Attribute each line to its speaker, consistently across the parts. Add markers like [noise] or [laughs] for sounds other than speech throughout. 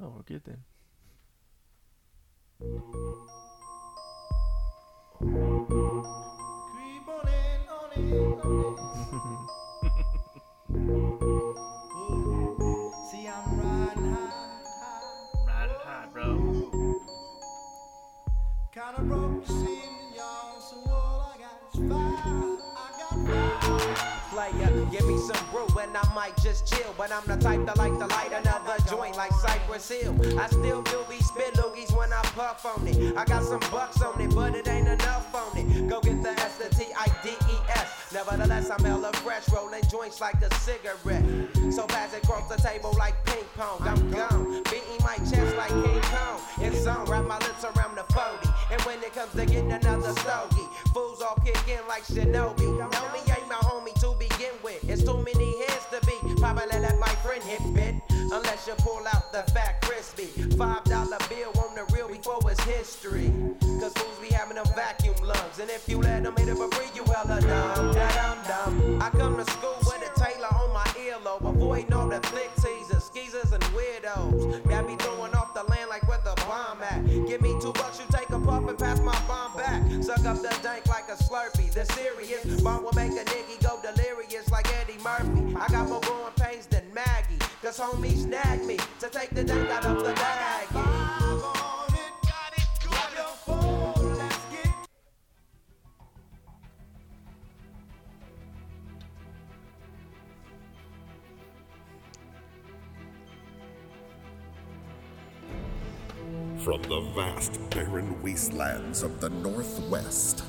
Speaker 1: Oh, we're good then.
Speaker 2: Creep on in, on in, on in. Ooh. See, I'm riding high, high.
Speaker 3: Riding high, bro.
Speaker 2: Kinda broke this evening, y'all. So all I got is fire. I got fire.
Speaker 4: player. Give me some brew and I might just chill. But I'm the type that like to light another joint like Cypress Hill. I still do be spit loogies when I puff on it. I got some bucks on it, but it ain't enough on it. Go get the S, the T, I, D, E, S. Nevertheless, I'm hella fresh, rolling joints like a cigarette. So pass it across the table like ping pong. I'm gone, beating my chest like King Kong. It's on, wrap my lips around the 40. And when it comes to getting another stogie, fools all kick in like Shinobi. Know me ain't my homie to begin with. It's too many hands to be. Probably let my friend hit bit. Unless you pull out the fat crispy. Five dollar bill on the real before it's history. Cause fools be having them vacuum lungs. And if you let them hit it for free, you hella dumb. Da-dum-dum. I come to school with a Taylor on my earlobe. Avoiding all the flick teasers, skeezers, and weirdos. Got me throwing off the land like where the bomb at. Give me two bucks, you take a puff and pass my bomb back. Suck up the dank like a slurpee. The serious bomb will make a nigga go delirious like Eddie Murphy. I got more growing pains than Maggie. Cause homies snagged me to take the dank out of the bag.
Speaker 2: Five on it. Got it. Grab your phone. Let's get
Speaker 5: From the vast barren wastelands of the Northwest,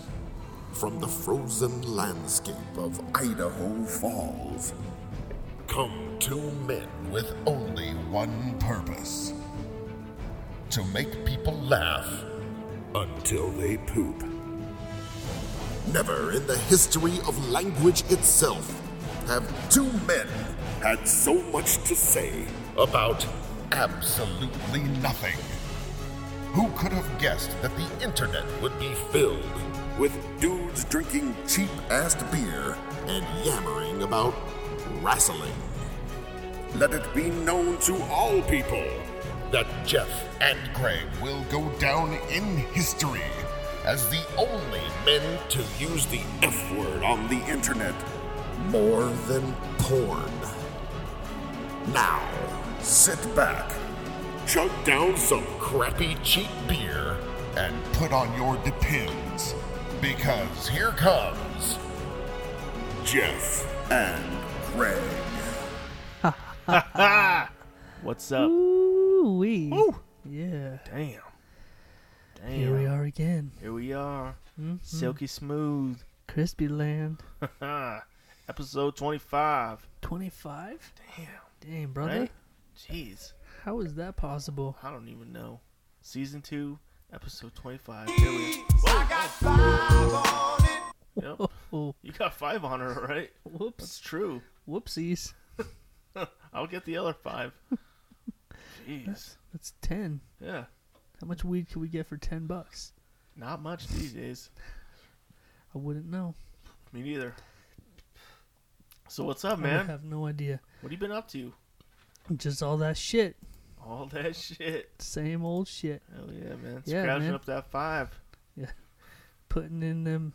Speaker 5: from the frozen landscape of Idaho Falls, come two men with only one purpose to make people laugh until they poop. Never in the history of language itself have two men had so much to say about absolutely nothing. Who could have guessed that the internet would be filled with dudes drinking cheap ass beer and yammering about wrestling? Let it be known to all people that Jeff and Greg will go down in history as the only men to use the F word on the internet more than porn. Now, sit back chug down some crappy cheap beer, and put on your depends. Because here comes Jeff and Greg.
Speaker 1: What's up?
Speaker 6: Ooh wee. Yeah.
Speaker 1: Damn. Damn.
Speaker 6: Here we are Mm-hmm. again.
Speaker 1: Here we are. Silky smooth. [laughs]
Speaker 6: Crispy Land.
Speaker 1: Episode 25.
Speaker 6: Twenty five?
Speaker 1: Damn.
Speaker 6: Damn, brother.
Speaker 1: Right? Jeez.
Speaker 6: How is that possible? [laughs]
Speaker 1: I don't even know. Season 2, episode 25. Here we
Speaker 2: I got five on it.
Speaker 1: Yep.
Speaker 6: [laughs] Oh,
Speaker 1: You got five on her, right?
Speaker 6: whoops.
Speaker 1: That's true.
Speaker 6: Whoopsies.
Speaker 1: I'll get the other
Speaker 6: [laughs]
Speaker 1: five. Jeez.
Speaker 6: That's ten.
Speaker 1: Yeah.
Speaker 6: How much weed could we get for ten bucks?
Speaker 1: Not much these days.
Speaker 6: I wouldn't know.
Speaker 1: Me neither. So what's up,
Speaker 6: I would
Speaker 1: man?
Speaker 6: have no idea.
Speaker 1: What you been up to?
Speaker 6: Just all that shit.
Speaker 1: All [laughs] that shit.
Speaker 6: Same old shit.
Speaker 1: Hell yeah, man.
Speaker 6: Yeah,
Speaker 1: Scratching
Speaker 6: man.
Speaker 1: up that five.
Speaker 6: Putting in them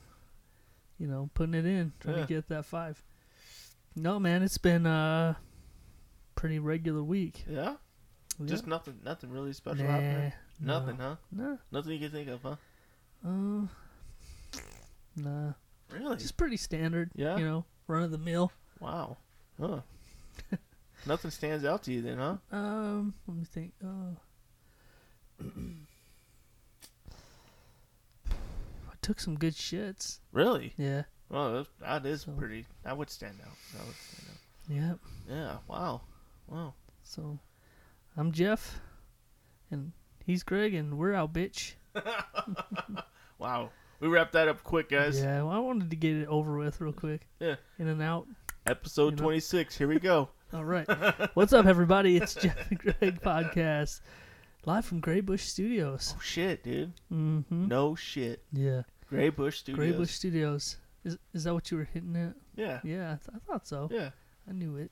Speaker 6: you know, putting it in, trying
Speaker 1: Yeah.
Speaker 6: to get that five. No man, it's been uh pretty regular week.
Speaker 1: Yeah?
Speaker 6: Yeah.
Speaker 1: Just nothing nothing really special
Speaker 6: Nah,
Speaker 1: happening.
Speaker 6: no.
Speaker 1: Nothing, huh?
Speaker 6: Nah.
Speaker 1: Nothing you can think of, huh?
Speaker 6: Uh, nah.
Speaker 1: Really?
Speaker 6: Just pretty standard.
Speaker 1: Yeah?
Speaker 6: You know, run of the mill.
Speaker 1: Wow.
Speaker 6: [laughs]
Speaker 1: Huh. nothing stands out to you then, huh?
Speaker 6: Um, let me think. uh, Oh. [clears throat] I took some good shits.
Speaker 1: Really?
Speaker 6: Yeah.
Speaker 1: Well, that- that is
Speaker 6: So-
Speaker 1: pretty. That would stand out. That would stand out.
Speaker 6: Yep.
Speaker 1: Yeah. Wow. Wow.
Speaker 6: So I'm Jeff and he's Greg and we're out, bitch.
Speaker 1: Wow. We wrap that up quick, guys.
Speaker 6: Yeah, well, I wanted to get it over with real quick.
Speaker 1: Yeah.
Speaker 6: In and out.
Speaker 1: Episode
Speaker 6: You know-
Speaker 1: 26. Here we go. [laughs]
Speaker 6: All [laughs] right. What's up everybody? It's Jeff and Greg [laughs] podcast. Live from Grey Bush Studios.
Speaker 1: oh, shit, dude.
Speaker 6: Mm-hmm.
Speaker 1: No shit.
Speaker 6: Yeah.
Speaker 1: Gray Bush Studios.
Speaker 6: Grey Bush Studios. Is is that what you were hitting at?
Speaker 1: Yeah.
Speaker 6: Yeah, I, th- I thought so.
Speaker 1: Yeah.
Speaker 6: I knew it.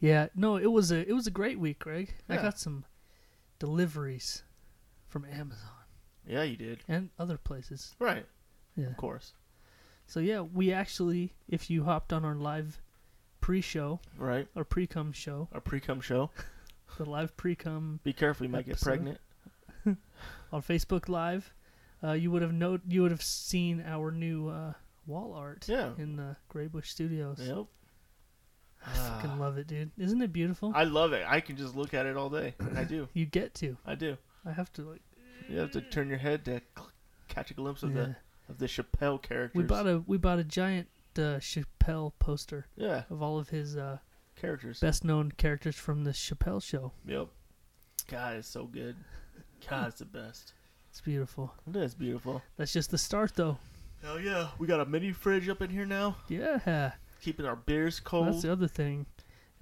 Speaker 6: Yeah, no, it was a it was a great week, Greg. I
Speaker 1: Yeah.
Speaker 6: got some deliveries from Amazon
Speaker 1: Yeah, you did.
Speaker 6: and other places.
Speaker 1: Right.
Speaker 6: Yeah.
Speaker 1: Of course.
Speaker 6: So yeah, we actually, if you hopped on our live pre-show
Speaker 1: Right.
Speaker 6: or pre-cum show,
Speaker 1: Our pre cum show.
Speaker 6: the live pre-cum
Speaker 1: Be careful, you might get
Speaker 6: Episode.
Speaker 1: pregnant.
Speaker 6: on Facebook Live, uh, you would have note you would have seen our new uh, wall art
Speaker 1: Yeah.
Speaker 6: in the Graybush Studios.
Speaker 1: Yep.
Speaker 6: I fucking love it, dude. Isn't it beautiful?
Speaker 1: I love it. I can just look at it all day. I do.
Speaker 6: you get to.
Speaker 1: I do.
Speaker 6: I have to like.
Speaker 1: You have to turn your head to cl- catch a glimpse of
Speaker 6: Yeah.
Speaker 1: the of the Chappelle characters.
Speaker 6: We bought a we bought a giant uh, Chappelle poster
Speaker 1: yeah
Speaker 6: of all of his uh,
Speaker 1: characters.
Speaker 6: best known characters from the Chappelle Show.
Speaker 1: Yep. God, it's so good. God, it's the best.
Speaker 6: It's beautiful.
Speaker 1: That's beautiful.
Speaker 6: That's just the start, though.
Speaker 1: Hell yeah. We got a mini fridge up in here now,
Speaker 6: Yeah.
Speaker 1: keeping our beers cold.
Speaker 6: That's the other thing.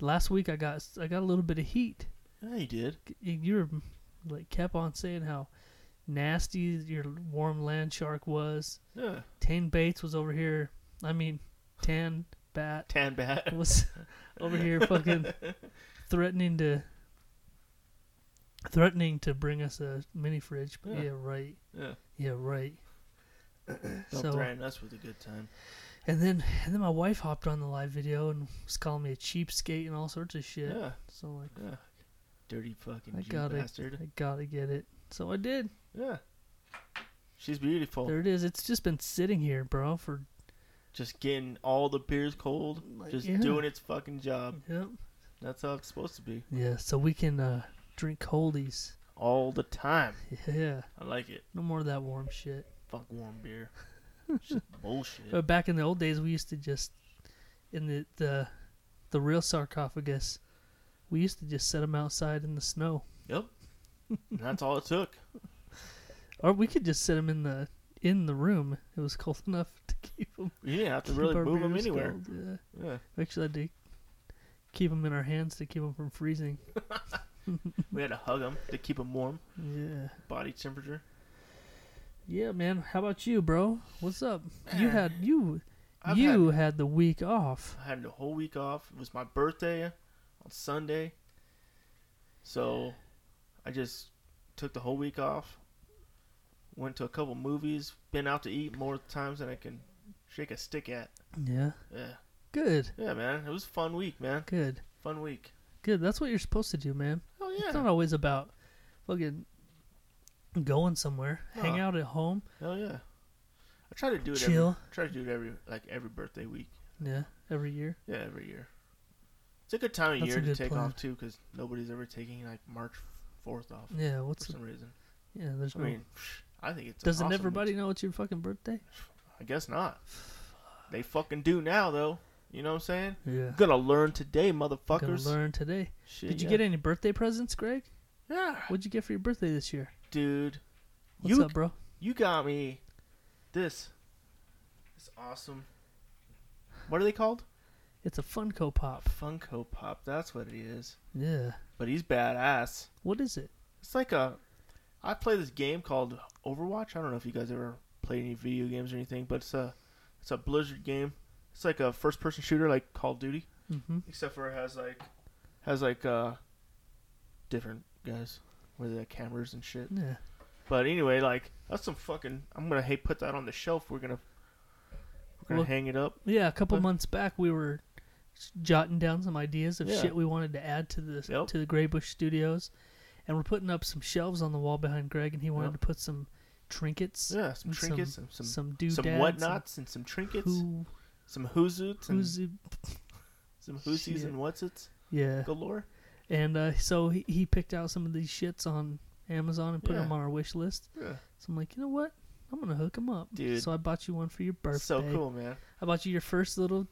Speaker 6: Last week I got I got a little bit of heat.
Speaker 1: yeah, you did.
Speaker 6: You were like kept on saying how nasty your warm land shark was.
Speaker 1: Yeah.
Speaker 6: Tane Bates was over here. I mean, Tan Bat
Speaker 1: Tan bat.
Speaker 6: was over here fucking threatening to threatening to bring us a mini fridge. But yeah,
Speaker 1: Yeah.
Speaker 6: right.
Speaker 1: [laughs] Yeah.
Speaker 6: Yeah, right.
Speaker 1: [clears throat] Don't
Speaker 6: So-
Speaker 1: threaten us with a good time.
Speaker 6: And then and then my wife hopped on the live video and was calling me a cheapskate and all sorts of shit.
Speaker 1: Yeah.
Speaker 6: So like
Speaker 1: Yeah. Dirty fucking
Speaker 6: I
Speaker 1: Jew
Speaker 6: gotta
Speaker 1: bastard.
Speaker 6: I gotta get it. So I did.
Speaker 1: Yeah. She's beautiful.
Speaker 6: There it is. It's just been sitting here, bro, for
Speaker 1: Just getting all the beers cold.
Speaker 6: Like,
Speaker 1: just
Speaker 6: yeah.
Speaker 1: doing its fucking job.
Speaker 6: yep.
Speaker 1: That's how it's supposed to be.
Speaker 6: Yeah, so we can uh drink coldies.
Speaker 1: All the time.
Speaker 6: Yeah.
Speaker 1: I like it.
Speaker 6: No more of that warm shit.
Speaker 1: Fuck warm
Speaker 6: [laughs]
Speaker 1: beer. It's just bullshit.
Speaker 6: But Uh, back in the old days we used to just in the the the real sarcophagus, we used to just set them outside in the snow.
Speaker 1: Yep. And that's all it took.
Speaker 6: Or we could just set them in the in the room. It was cold [laughs] enough to keep them.
Speaker 1: You didn't have to really move them anywhere.
Speaker 6: Yeah.
Speaker 1: Yeah.
Speaker 6: Actually, I did keep them in our hands to keep them from freezing.
Speaker 1: We had to hug them to keep them warm.
Speaker 6: Yeah.
Speaker 1: Body temperature.
Speaker 6: Yeah, man. How about you, bro? What's up? You had you
Speaker 1: I've
Speaker 6: you had, the week off.
Speaker 1: I had the whole week off. It was my birthday on Sunday. So I just took the whole week off. Went to a couple movies. Been out to eat more times than I can shake a stick at.
Speaker 6: Yeah.
Speaker 1: Yeah.
Speaker 6: Good.
Speaker 1: Yeah, man. It was a fun week, man.
Speaker 6: Good.
Speaker 1: Fun week.
Speaker 6: Good. That's what you're supposed to do, man.
Speaker 1: Oh,
Speaker 6: It's
Speaker 1: yeah.
Speaker 6: not always about fucking going somewhere. Hang
Speaker 1: No.
Speaker 6: out at home.
Speaker 1: Hell yeah. I try to do it
Speaker 6: Chill.
Speaker 1: every I try to do it every like every birthday week.
Speaker 6: Yeah. Every year.
Speaker 1: Yeah, every year. It's a good time of
Speaker 6: That's a
Speaker 1: year to
Speaker 6: good
Speaker 1: take
Speaker 6: plan.
Speaker 1: off too, because nobody's ever taking like March fourth off
Speaker 6: Yeah.
Speaker 1: for
Speaker 6: What's
Speaker 1: some reason.
Speaker 6: yeah? There's
Speaker 1: I
Speaker 6: no.
Speaker 1: mean, I think it's an
Speaker 6: doesn't
Speaker 1: awesome
Speaker 6: everybody
Speaker 1: week.
Speaker 6: know it's your fucking birthday?
Speaker 1: I guess not. They fucking do now though. You know what I'm saying?
Speaker 6: Yeah.
Speaker 1: Gonna learn today,
Speaker 6: Gonna
Speaker 1: motherfuckers.
Speaker 6: learn today.
Speaker 1: Shit,
Speaker 6: Did you
Speaker 1: yeah.
Speaker 6: get any birthday presents, Greg?
Speaker 1: Yeah,
Speaker 6: What'd you get for your birthday this year?
Speaker 1: dude.
Speaker 6: What's
Speaker 1: you
Speaker 6: up, bro?
Speaker 1: you got me. This. It's awesome. What are they called?
Speaker 6: It's a Funko Pop.
Speaker 1: Funko Pop. That's what it is.
Speaker 6: Yeah.
Speaker 1: But he's badass.
Speaker 6: What is it?
Speaker 1: It's like a. I play this game called Overwatch. I don't know if you guys ever played any video games or anything, but it's a it's a Blizzard game. It's like a first person shooter, like Call of Duty,
Speaker 6: Mm-hmm.
Speaker 1: except for it has like has like uh different guys with the cameras and shit.
Speaker 6: Yeah.
Speaker 1: But anyway, like that's some fucking. I'm gonna hey put that on the shelf. We're gonna we're gonna
Speaker 6: Well-
Speaker 1: hang it up.
Speaker 6: Yeah, a couple
Speaker 1: But-
Speaker 6: months back we were jotting down some ideas of
Speaker 1: Yeah.
Speaker 6: shit we wanted to add to the
Speaker 1: Yep.
Speaker 6: to the Graybush Studios, and we're putting up some shelves on the wall behind Greg, and he wanted
Speaker 1: Yep.
Speaker 6: to put some trinkets.
Speaker 1: Yeah, some
Speaker 6: and
Speaker 1: trinkets,
Speaker 6: some
Speaker 1: some
Speaker 6: some,
Speaker 1: some,
Speaker 6: doodads,
Speaker 1: some
Speaker 6: and
Speaker 1: whatnots, and some trinkets,
Speaker 6: Who,
Speaker 1: some hoozoots, and
Speaker 6: who's
Speaker 1: some hoosies
Speaker 6: shit.
Speaker 1: and what's its
Speaker 6: yeah,
Speaker 1: galore.
Speaker 6: and uh, so he, he picked out some of these shits on Amazon and put
Speaker 1: Yeah.
Speaker 6: them on our wish list.
Speaker 1: Yeah.
Speaker 6: So I'm like, you know what? I'm gonna hook them up,
Speaker 1: Dude.
Speaker 6: So I bought you one for your birthday.
Speaker 1: So cool, man.
Speaker 6: I bought you your first little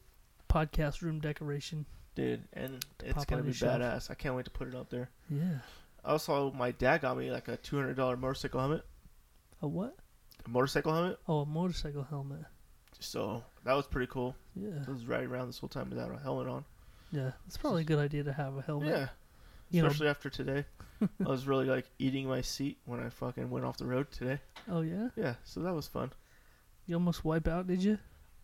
Speaker 6: podcast room decoration.
Speaker 1: dude, and it's
Speaker 6: pop
Speaker 1: gonna
Speaker 6: on
Speaker 1: be
Speaker 6: your shelf.
Speaker 1: badass. I can't wait to put it up there.
Speaker 6: Yeah.
Speaker 1: Also, my dad got me like a two hundred dollar motorcycle helmet,
Speaker 6: A what?
Speaker 1: a motorcycle helmet.
Speaker 6: Oh, a motorcycle helmet.
Speaker 1: So that was pretty cool.
Speaker 6: Yeah.
Speaker 1: I was riding around this whole time without a helmet on.
Speaker 6: Yeah, it's probably a good idea to have a helmet.
Speaker 1: Yeah,
Speaker 6: you know.
Speaker 1: especially after today. I was really like eating my seat when I fucking went off the road today.
Speaker 6: Oh yeah,
Speaker 1: Yeah, so that was fun.
Speaker 6: you almost wipe out, did you?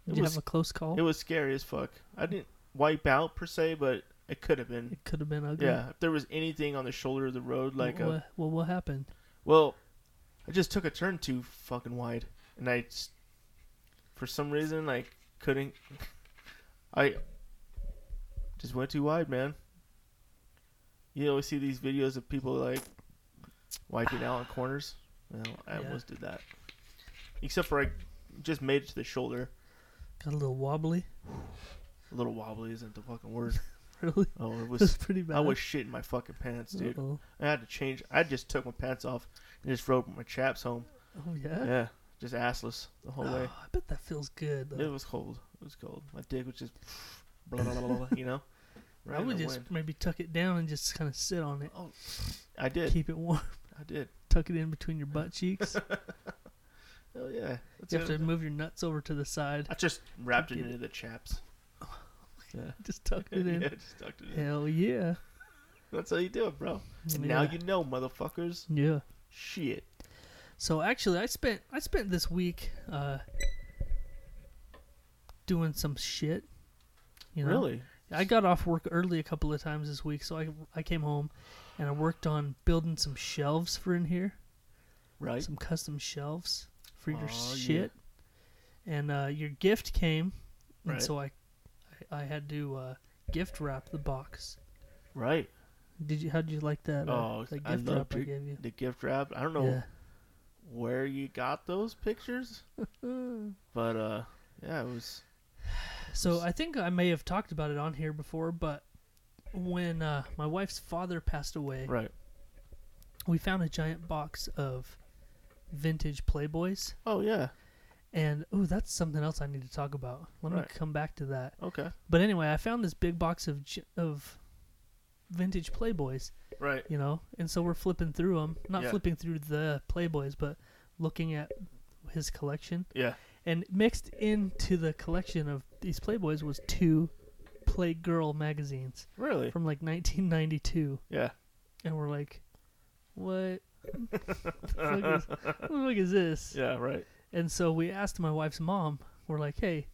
Speaker 6: Did
Speaker 1: It
Speaker 6: you
Speaker 1: was-
Speaker 6: have a close call?
Speaker 1: It was scary as fuck. I didn't wipe out per se, but It could have been.
Speaker 6: It could have been ugly.
Speaker 1: Yeah, if there was anything on the shoulder of the road, like
Speaker 6: well,
Speaker 1: a,
Speaker 6: well, what happened?
Speaker 1: well, I just took a turn too fucking wide, and I, s- for some reason, I couldn't. I just went too wide, man. You always see these videos of people like wiping out on corners. Well, I
Speaker 6: Yeah.
Speaker 1: almost did that, except for I just made it to the shoulder.
Speaker 6: Got a little wobbly. [laughs]
Speaker 1: A little wobbly isn't the fucking word.
Speaker 6: Really,
Speaker 1: Oh, it
Speaker 6: [laughs] it was
Speaker 1: was.
Speaker 6: pretty bad.
Speaker 1: I was shitting my fucking pants, dude.
Speaker 6: Uh-oh.
Speaker 1: I had to change. I just took my pants off and just rode my chaps home.
Speaker 6: Oh yeah.
Speaker 1: Yeah, just assless the whole
Speaker 6: Oh,
Speaker 1: way.
Speaker 6: I bet that feels good.
Speaker 1: It
Speaker 6: Though.
Speaker 1: was cold. It was cold. My dick was just [laughs] blah blah blah, blah, blah you
Speaker 6: [laughs]
Speaker 1: know. Right
Speaker 6: I
Speaker 1: in
Speaker 6: would
Speaker 1: the
Speaker 6: just
Speaker 1: wind.
Speaker 6: maybe tuck it down and just kind of sit on [laughs] it,
Speaker 1: Oh, I did.
Speaker 6: keep it warm, [laughs]
Speaker 1: I did.
Speaker 6: tuck it in between your butt cheeks.
Speaker 1: Oh yeah. [laughs] That's
Speaker 6: you have to
Speaker 1: it.
Speaker 6: move your nuts over to the side.
Speaker 1: [laughs] I just wrapped it
Speaker 6: Tuck it
Speaker 1: into the
Speaker 6: [laughs]
Speaker 1: chaps. Yeah.
Speaker 6: Just tuck it
Speaker 1: [laughs]
Speaker 6: in.
Speaker 1: yeah, just tucked it in.
Speaker 6: Hell yeah.
Speaker 1: That's how you do it, bro. And now
Speaker 6: Yeah.
Speaker 1: you know, motherfuckers.
Speaker 6: Yeah.
Speaker 1: Shit.
Speaker 6: So actually, I spent I spent this week uh, doing some shit. You know?
Speaker 1: Really?
Speaker 6: I got off work early a couple of times this week, so I I came home and I worked on building some shelves for in here,
Speaker 1: Right.
Speaker 6: some custom shelves for your
Speaker 1: Aw, yeah.
Speaker 6: shit. And uh, your gift came, and
Speaker 1: Right.
Speaker 6: so I, I I had to uh, gift wrap the box.
Speaker 1: Right.
Speaker 6: Did you? How did you like that? uh,
Speaker 1: Oh,
Speaker 6: that
Speaker 1: I
Speaker 6: gift
Speaker 1: love
Speaker 6: wrap I gave you.
Speaker 1: the gift wrap. I don't know where you got those
Speaker 6: [laughs]
Speaker 1: pictures,
Speaker 6: Yeah.
Speaker 1: but uh, yeah, it was
Speaker 6: So I think I may have talked about it on here before, but when uh, my wife's father passed away,
Speaker 1: right.
Speaker 6: we found a giant box of vintage Playboys,
Speaker 1: Oh yeah.
Speaker 6: and oh, that's something else I need to talk about. Let me
Speaker 1: Right.
Speaker 6: come back to that.
Speaker 1: Okay.
Speaker 6: But anyway, I found this big box of gi- of vintage Playboys,
Speaker 1: Right.
Speaker 6: you know, and so we're flipping through them, not
Speaker 1: Yeah.
Speaker 6: flipping through the Playboys, but looking at his collection.
Speaker 1: Yeah.
Speaker 6: And mixed into the collection of these Playboys was two Playgirl magazines.
Speaker 1: Really?
Speaker 6: from like 1992,
Speaker 1: Yeah.
Speaker 6: and we're like, "What? the fuck is, what the fuck is this?"
Speaker 1: Yeah. Right.
Speaker 6: And so we asked my wife's mom. We're like, "Hey,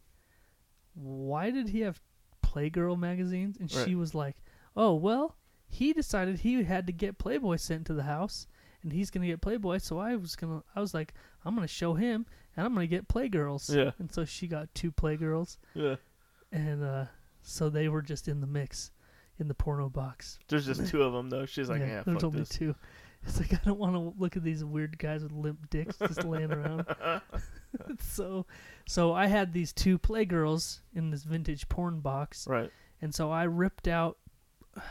Speaker 6: why did he have Playgirl magazines?" And she
Speaker 1: Right.
Speaker 6: was like, "Oh well, he decided he had to get Playboy sent to the house, and he's gonna get Playboy. So I was gonna, I was like, I'm gonna show him, and I'm gonna get Playgirls."
Speaker 1: Yeah.
Speaker 6: And so she got two Playgirls,
Speaker 1: Yeah.
Speaker 6: and uh, so they were just in the mix, in the porno box.
Speaker 1: There's just two of them though. She's like, yeah,
Speaker 6: there's
Speaker 1: fuck
Speaker 6: only
Speaker 1: this.
Speaker 6: two. It's like I don't want to look at these weird guys with limp dicks just
Speaker 1: [laughs]
Speaker 6: laying around. [laughs] so, so I had these two playgirls in this vintage porn box,
Speaker 1: Right.
Speaker 6: and so I ripped out.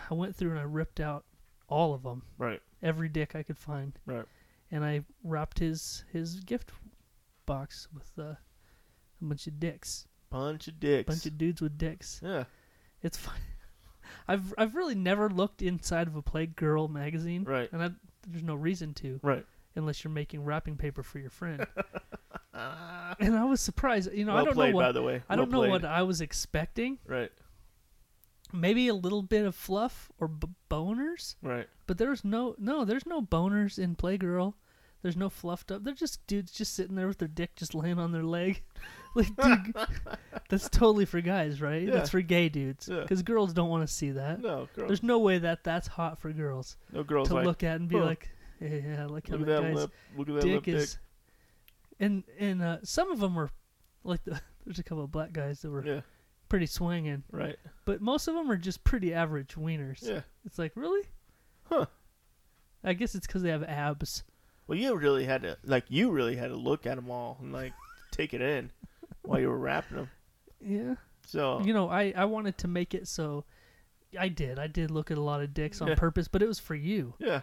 Speaker 6: I went through and I ripped out all of them,
Speaker 1: Right.
Speaker 6: every dick I could find,
Speaker 1: Right.
Speaker 6: and I wrapped his his gift box with uh, a bunch of dicks,
Speaker 1: Bunch of dicks.
Speaker 6: bunch of dudes with dicks.
Speaker 1: yeah.
Speaker 6: It's fun. [laughs] I've I've really never looked inside of a Playgirl magazine,
Speaker 1: Right.
Speaker 6: And I, there's no reason to,
Speaker 1: Right.
Speaker 6: unless you're making wrapping paper for
Speaker 1: [laughs]
Speaker 6: your friend. and I was surprised. You know, I
Speaker 1: well
Speaker 6: don't
Speaker 1: played,
Speaker 6: know
Speaker 1: by
Speaker 6: what
Speaker 1: the way.
Speaker 6: I don't
Speaker 1: well
Speaker 6: know what
Speaker 1: played.
Speaker 6: I was expecting.
Speaker 1: Right.
Speaker 6: Maybe a little bit of fluff or b- boners,
Speaker 1: Right.
Speaker 6: but there's no no there's no boners in Playgirl. There's no fluffed up. They're just dudes just sitting there with their dick just laying on their leg. [laughs] like, dude,
Speaker 1: [laughs]
Speaker 6: that's totally for guys, right? That's
Speaker 1: Yeah.
Speaker 6: for gay dudes
Speaker 1: Yeah.
Speaker 6: because girls don't want to see that.
Speaker 1: No girl.
Speaker 6: There's no way that that's hot for girls
Speaker 1: no girls
Speaker 6: to
Speaker 1: like.
Speaker 6: look at and be
Speaker 1: "Huh.
Speaker 6: like, yeah, yeah, I like how
Speaker 1: look at that
Speaker 6: that guy's
Speaker 1: lip. Look at that lip
Speaker 6: dick is. And and uh, some of them were like the, [laughs] there's a couple of black guys that were
Speaker 1: Yeah.
Speaker 6: pretty swinging,
Speaker 1: Right.
Speaker 6: but most of them are just pretty average wieners.
Speaker 1: Yeah.
Speaker 6: It's like really,
Speaker 1: Huh.
Speaker 6: I guess it's because they have abs.
Speaker 1: Well, you really had to like. You really had to look at them all and like take it in while you were wrapping them.
Speaker 6: Yeah,
Speaker 1: So
Speaker 6: you know, I I wanted to make it so. I did. I did look at a lot of dicks on
Speaker 1: Yeah.
Speaker 6: purpose, but it was for you.
Speaker 1: yeah,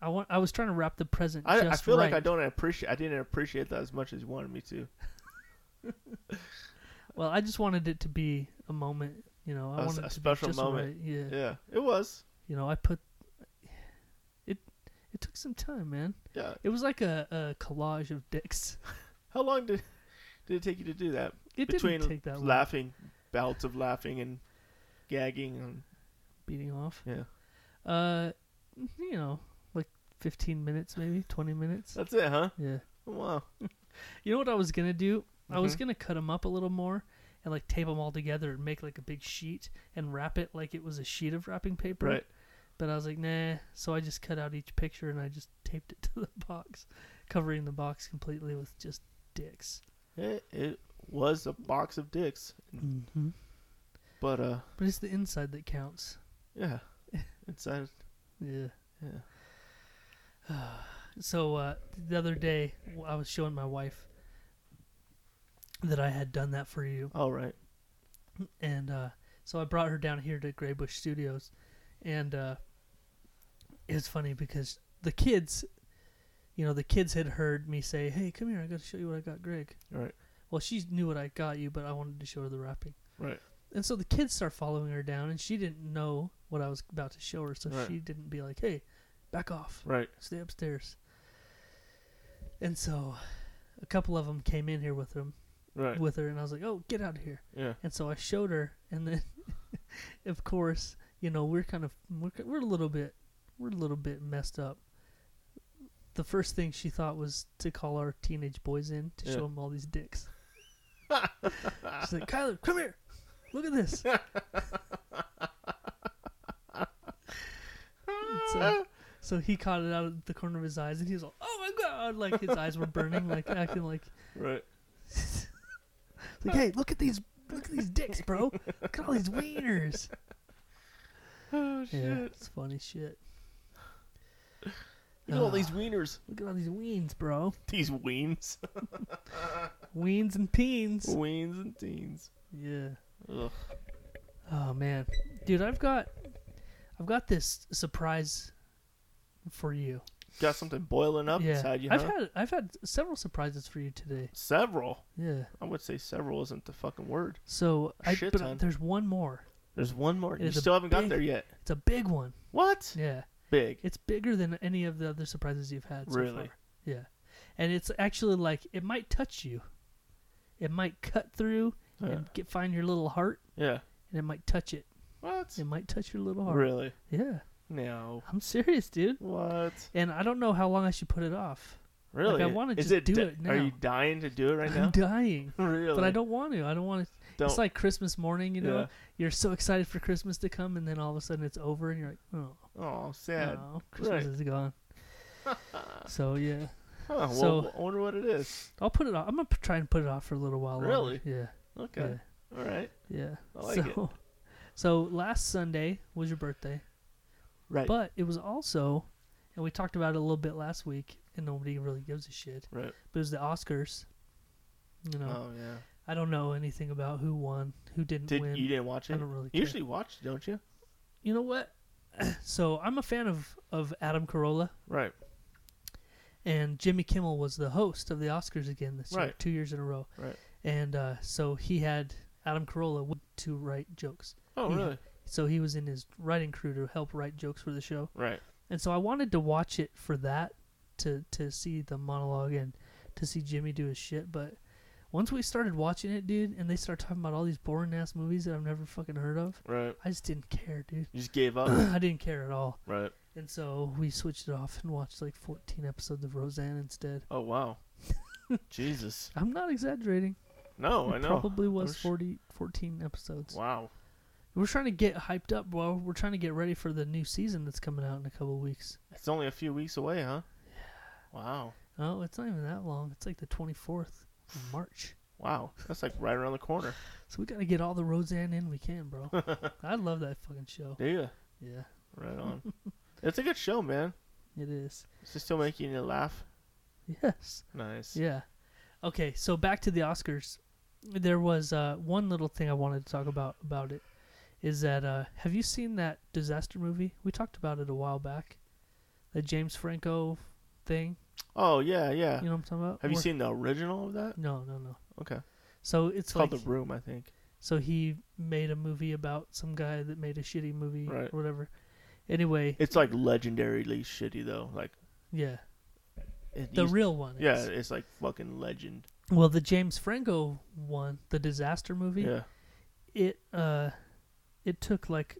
Speaker 6: I want. I was trying to wrap the present.
Speaker 1: I, I
Speaker 6: just
Speaker 1: feel
Speaker 6: right.
Speaker 1: like I don't appreciate. I didn't appreciate that as much as you wanted me to.
Speaker 6: Well, I just wanted it to be a moment. You know, I
Speaker 1: A s- a
Speaker 6: wanted it to be
Speaker 1: special
Speaker 6: just
Speaker 1: moment.
Speaker 6: right, yeah.
Speaker 1: Yeah, it was.
Speaker 6: You know, I put. It. It took some time, man.
Speaker 1: Yeah.
Speaker 6: It was like a, a collage of dicks. [laughs]
Speaker 1: How long did did it take you to do that?
Speaker 6: It
Speaker 1: between
Speaker 6: didn't take that long.
Speaker 1: laughing bouts of laughing and gagging and
Speaker 6: Beating off.
Speaker 1: yeah
Speaker 6: Uh, you know, like fifteen minutes, maybe twenty minutes.
Speaker 1: that's it huh
Speaker 6: Yeah.
Speaker 1: wow Mm-hmm.
Speaker 6: You know what I was gonna do? I was gonna cut them up a little more, and like tape them all together and make like a big sheet and wrap it like it was a sheet of wrapping paper.
Speaker 1: Right.
Speaker 6: But I was like, nah. So I just cut out each picture and I just taped it [laughs] to the box, covering the box completely with just dicks.
Speaker 1: It, it was a box of dicks,
Speaker 6: Mm-hmm.
Speaker 1: but uh,
Speaker 6: But it's the inside that counts. [laughs]
Speaker 1: yeah, inside.
Speaker 6: Yeah.
Speaker 1: Yeah.
Speaker 6: [sighs] So uh, the other day, w- I was showing my wife that I had done that for you,
Speaker 1: All right.
Speaker 6: and uh, so I brought her down here to Graybush Studios, and uh, it was funny because the kids, you know, the kids had heard me say, "Hey, come here! I got to show you what I got, Greg."
Speaker 1: Right.
Speaker 6: Well, she knew what I got you, but I wanted to show her the wrapping.
Speaker 1: Right.
Speaker 6: And so the kids start following her down, and she didn't know what I was about to show her, so
Speaker 1: Right.
Speaker 6: she didn't be like, "Hey, back off."
Speaker 1: Right.
Speaker 6: stay upstairs. And so, a couple of them came in here with them,
Speaker 1: Right.
Speaker 6: with her, and I was like, "Oh, get out of here!"
Speaker 1: yeah.
Speaker 6: And so I showed her, and then, [laughs] of course, you know, we're kind of we're, ki- we're a little bit we're a little bit messed up. The first thing she thought was to call our teenage boys in to show 'em
Speaker 1: Yeah.
Speaker 6: show them all these dicks. [laughs] She's like, "Kyler, come here, look at this." [laughs] And so, so he caught it out of the corner of his eyes, and he was like, "Oh my god!" Like his eyes were burning, like acting like
Speaker 1: Right.
Speaker 6: Like, hey, look at these, look at these dicks, bro. Look at all
Speaker 1: [laughs]
Speaker 6: these wieners.
Speaker 1: Oh shit!
Speaker 6: Yeah, it's funny shit.
Speaker 1: Look at all these wieners. [laughs]
Speaker 6: Look at all these weens, bro.
Speaker 1: These
Speaker 6: [laughs]
Speaker 1: weens.
Speaker 6: Weens and peens.
Speaker 1: weens and teens.
Speaker 6: Yeah.
Speaker 1: Ugh.
Speaker 6: Oh man, dude, I've got, I've got this surprise for you.
Speaker 1: Got something boiling up
Speaker 6: yeah,
Speaker 1: inside you, huh?
Speaker 6: I've had, I've had several surprises for you today.
Speaker 1: several.
Speaker 6: Yeah.
Speaker 1: I would say several isn't the fucking word.
Speaker 6: So I,
Speaker 1: Shit
Speaker 6: but
Speaker 1: ton.
Speaker 6: there's one more.
Speaker 1: There's one more. You
Speaker 6: is a
Speaker 1: still haven't got
Speaker 6: big-
Speaker 1: there yet.
Speaker 6: It's a big one.
Speaker 1: What?
Speaker 6: Yeah.
Speaker 1: Big.
Speaker 6: It's bigger than any of the other surprises you've had so
Speaker 1: Really?
Speaker 6: far. Yeah. And it's actually like it might touch you. It might cut through and get find your little heart
Speaker 1: Yeah.
Speaker 6: and it might touch it.
Speaker 1: What?
Speaker 6: It might touch your little heart.
Speaker 1: Really?
Speaker 6: Yeah.
Speaker 1: No.
Speaker 6: I'm serious, dude.
Speaker 1: What?
Speaker 6: And I don't know how long I should put it off.
Speaker 1: Really?
Speaker 6: I wanna
Speaker 1: Is
Speaker 6: just do
Speaker 1: di-
Speaker 6: it
Speaker 1: Are
Speaker 6: now.
Speaker 1: you dying to do it
Speaker 6: [laughs]
Speaker 1: right
Speaker 6: I'm
Speaker 1: now?
Speaker 6: dying.
Speaker 1: [laughs] really?
Speaker 6: But I don't want to. I don't want to.
Speaker 1: Don't-
Speaker 6: It's like Christmas morning, you know.
Speaker 1: Yeah.
Speaker 6: You're so excited for Christmas to come, and then all of a sudden it's over, and you're like, "Oh,
Speaker 1: Oh, sad.
Speaker 6: no, Christmas
Speaker 1: Right.
Speaker 6: is
Speaker 1: [laughs]
Speaker 6: gone." so yeah,
Speaker 1: Huh, well,
Speaker 6: So-
Speaker 1: I wonder what it is.
Speaker 6: I'll put it off. I'm gonna p- try and put it off for a little while. longer.
Speaker 1: Really?
Speaker 6: Yeah.
Speaker 1: Okay. All right.
Speaker 6: Yeah.
Speaker 1: I
Speaker 6: Yeah.
Speaker 1: like it.
Speaker 6: so, [laughs] so last Sunday was your birthday,
Speaker 1: Right.
Speaker 6: but it was also, and we talked about it a little bit last week, and nobody really gives a shit.
Speaker 1: right.
Speaker 6: But it was the Oscars. You know,
Speaker 1: Oh yeah.
Speaker 6: I don't know anything about who won, who didn't
Speaker 1: Did
Speaker 6: win.
Speaker 1: you didn't watch it?
Speaker 6: I don't really
Speaker 1: you
Speaker 6: care.
Speaker 1: usually watch, don't you?
Speaker 6: You know what? [clears throat] so I'm a fan of of Adam Carolla,
Speaker 1: Right.
Speaker 6: and Jimmy Kimmel was the host of the Oscars again this year,
Speaker 1: Right.
Speaker 6: two years in a row.
Speaker 1: Right.
Speaker 6: And uh, so he had Adam Carolla w- to write jokes.
Speaker 1: Oh
Speaker 6: Yeah.
Speaker 1: really?
Speaker 6: So he was in his writing crew to help write jokes for the show.
Speaker 1: Right.
Speaker 6: And so I wanted to watch it for that to to see the monologue and to see Jimmy do his shit, but once we started watching it, dude, and they start talking about all these boring ass movies that I've never fucking heard of,
Speaker 1: Right.
Speaker 6: I just didn't care, dude. [clears throat]
Speaker 1: You just gave
Speaker 6: [laughs]
Speaker 1: up.
Speaker 6: I didn't care at all.
Speaker 1: right.
Speaker 6: And so we switched it off and watched like 14 episodes of Roseanne instead.
Speaker 1: Oh
Speaker 6: [laughs]
Speaker 1: wow. Jesus.
Speaker 6: I'm not exaggerating.
Speaker 1: No,
Speaker 6: it
Speaker 1: Oh, I know.
Speaker 6: probably
Speaker 1: I'm
Speaker 6: was
Speaker 1: sh-
Speaker 6: 40 14 episodes.
Speaker 1: Wow.
Speaker 6: We're trying to get hyped up, bro. We're trying to get ready for the new season that's coming out in a couple weeks.
Speaker 1: It's only a few weeks away, huh? Wow.
Speaker 6: Oh, it's not even that long. It's like the 24th of March.
Speaker 1: Wow. That's like right around the corner.
Speaker 6: So we got to get all the Roseanne in we can,
Speaker 1: [laughs]
Speaker 6: bro. I love that fucking show.
Speaker 1: Do you?
Speaker 6: Yeah,
Speaker 1: Right [laughs] on. it's a good show, man.
Speaker 6: it is.
Speaker 1: Is it still making you laugh?
Speaker 6: Yes.
Speaker 1: Nice.
Speaker 6: Yeah. Okay, so back to the Oscars. There was uh, one little thing I wanted to talk about about it is that uh, have you seen that disaster movie? We talked about it a while back. The James Franco thing.
Speaker 1: Oh yeah, yeah.
Speaker 6: You know what I'm talking about?
Speaker 1: Have you
Speaker 6: Where-
Speaker 1: seen the original of that?
Speaker 6: No, no, no.
Speaker 1: Okay.
Speaker 6: So it's,
Speaker 1: It's
Speaker 6: like
Speaker 1: called The Room, I think.
Speaker 6: so he made a movie about some guy that made a shitty movie
Speaker 1: Right.
Speaker 6: or whatever. Anyway,
Speaker 1: It's like legendarily shitty though. Like
Speaker 6: yeah.
Speaker 1: it
Speaker 6: The
Speaker 1: used-
Speaker 6: real one.
Speaker 1: Yeah,
Speaker 6: is.
Speaker 1: it's like fucking legend.
Speaker 6: Well, the James Franco one, the disaster movie,
Speaker 1: Yeah.
Speaker 6: it uh it took like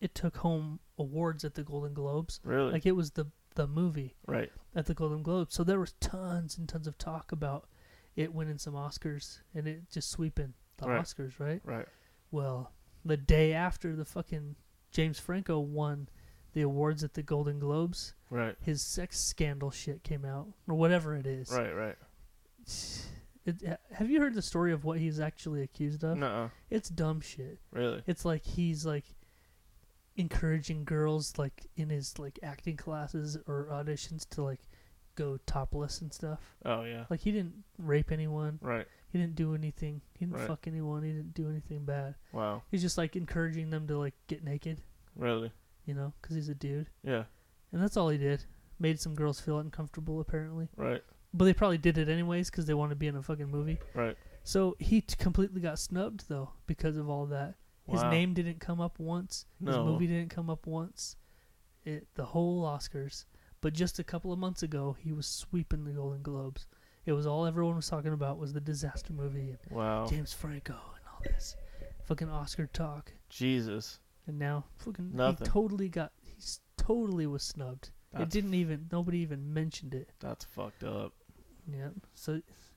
Speaker 6: it took home awards at the Golden Globes.
Speaker 1: Really.
Speaker 6: Like it was the the movie
Speaker 1: right.
Speaker 6: at the Golden Globes. So there was tons and tons of talk about it winning some Oscars and it just sweeping the
Speaker 1: Right.
Speaker 6: Oscars, right?
Speaker 1: Right.
Speaker 6: Well, the day after the fucking James Franco won the awards at the Golden Globes,
Speaker 1: Right.
Speaker 6: his sex scandal shit came out or whatever it is.
Speaker 1: Right. Right.
Speaker 6: It, ha- have you heard the story of what he's actually accused of?
Speaker 1: Nuh-uh.
Speaker 6: It's dumb shit.
Speaker 1: Really.
Speaker 6: It's like he's like encouraging girls like in his like acting classes or auditions to like go topless and stuff.
Speaker 1: Oh yeah.
Speaker 6: Like he didn't rape anyone.
Speaker 1: Right.
Speaker 6: He didn't do anything. He didn't
Speaker 1: Right.
Speaker 6: fuck anyone. He didn't do anything bad.
Speaker 1: Wow.
Speaker 6: He's just like encouraging them to like get naked,
Speaker 1: Really.
Speaker 6: you know, because he's a dude.
Speaker 1: Yeah.
Speaker 6: And that's all he did. Made some girls feel uncomfortable apparently,
Speaker 1: Right.
Speaker 6: but they probably did it anyways because they want to be in a fucking movie.
Speaker 1: Right.
Speaker 6: So he t- completely got snubbed though because of all that. His
Speaker 1: Wow.
Speaker 6: name didn't come up once. His
Speaker 1: No.
Speaker 6: movie didn't come up once. It the whole Oscars. But just a couple of months ago, he was sweeping the Golden Globes. It was all everyone was talking about was the disaster movie and
Speaker 1: Wow.
Speaker 6: James Franco and all this fucking Oscar talk.
Speaker 1: Jesus.
Speaker 6: And now fucking
Speaker 1: Nothing.
Speaker 6: he totally got he s- totally was snubbed. it
Speaker 1: That's
Speaker 6: didn't even nobody even mentioned it.
Speaker 1: That's fucked up.
Speaker 6: Yeah. So it's-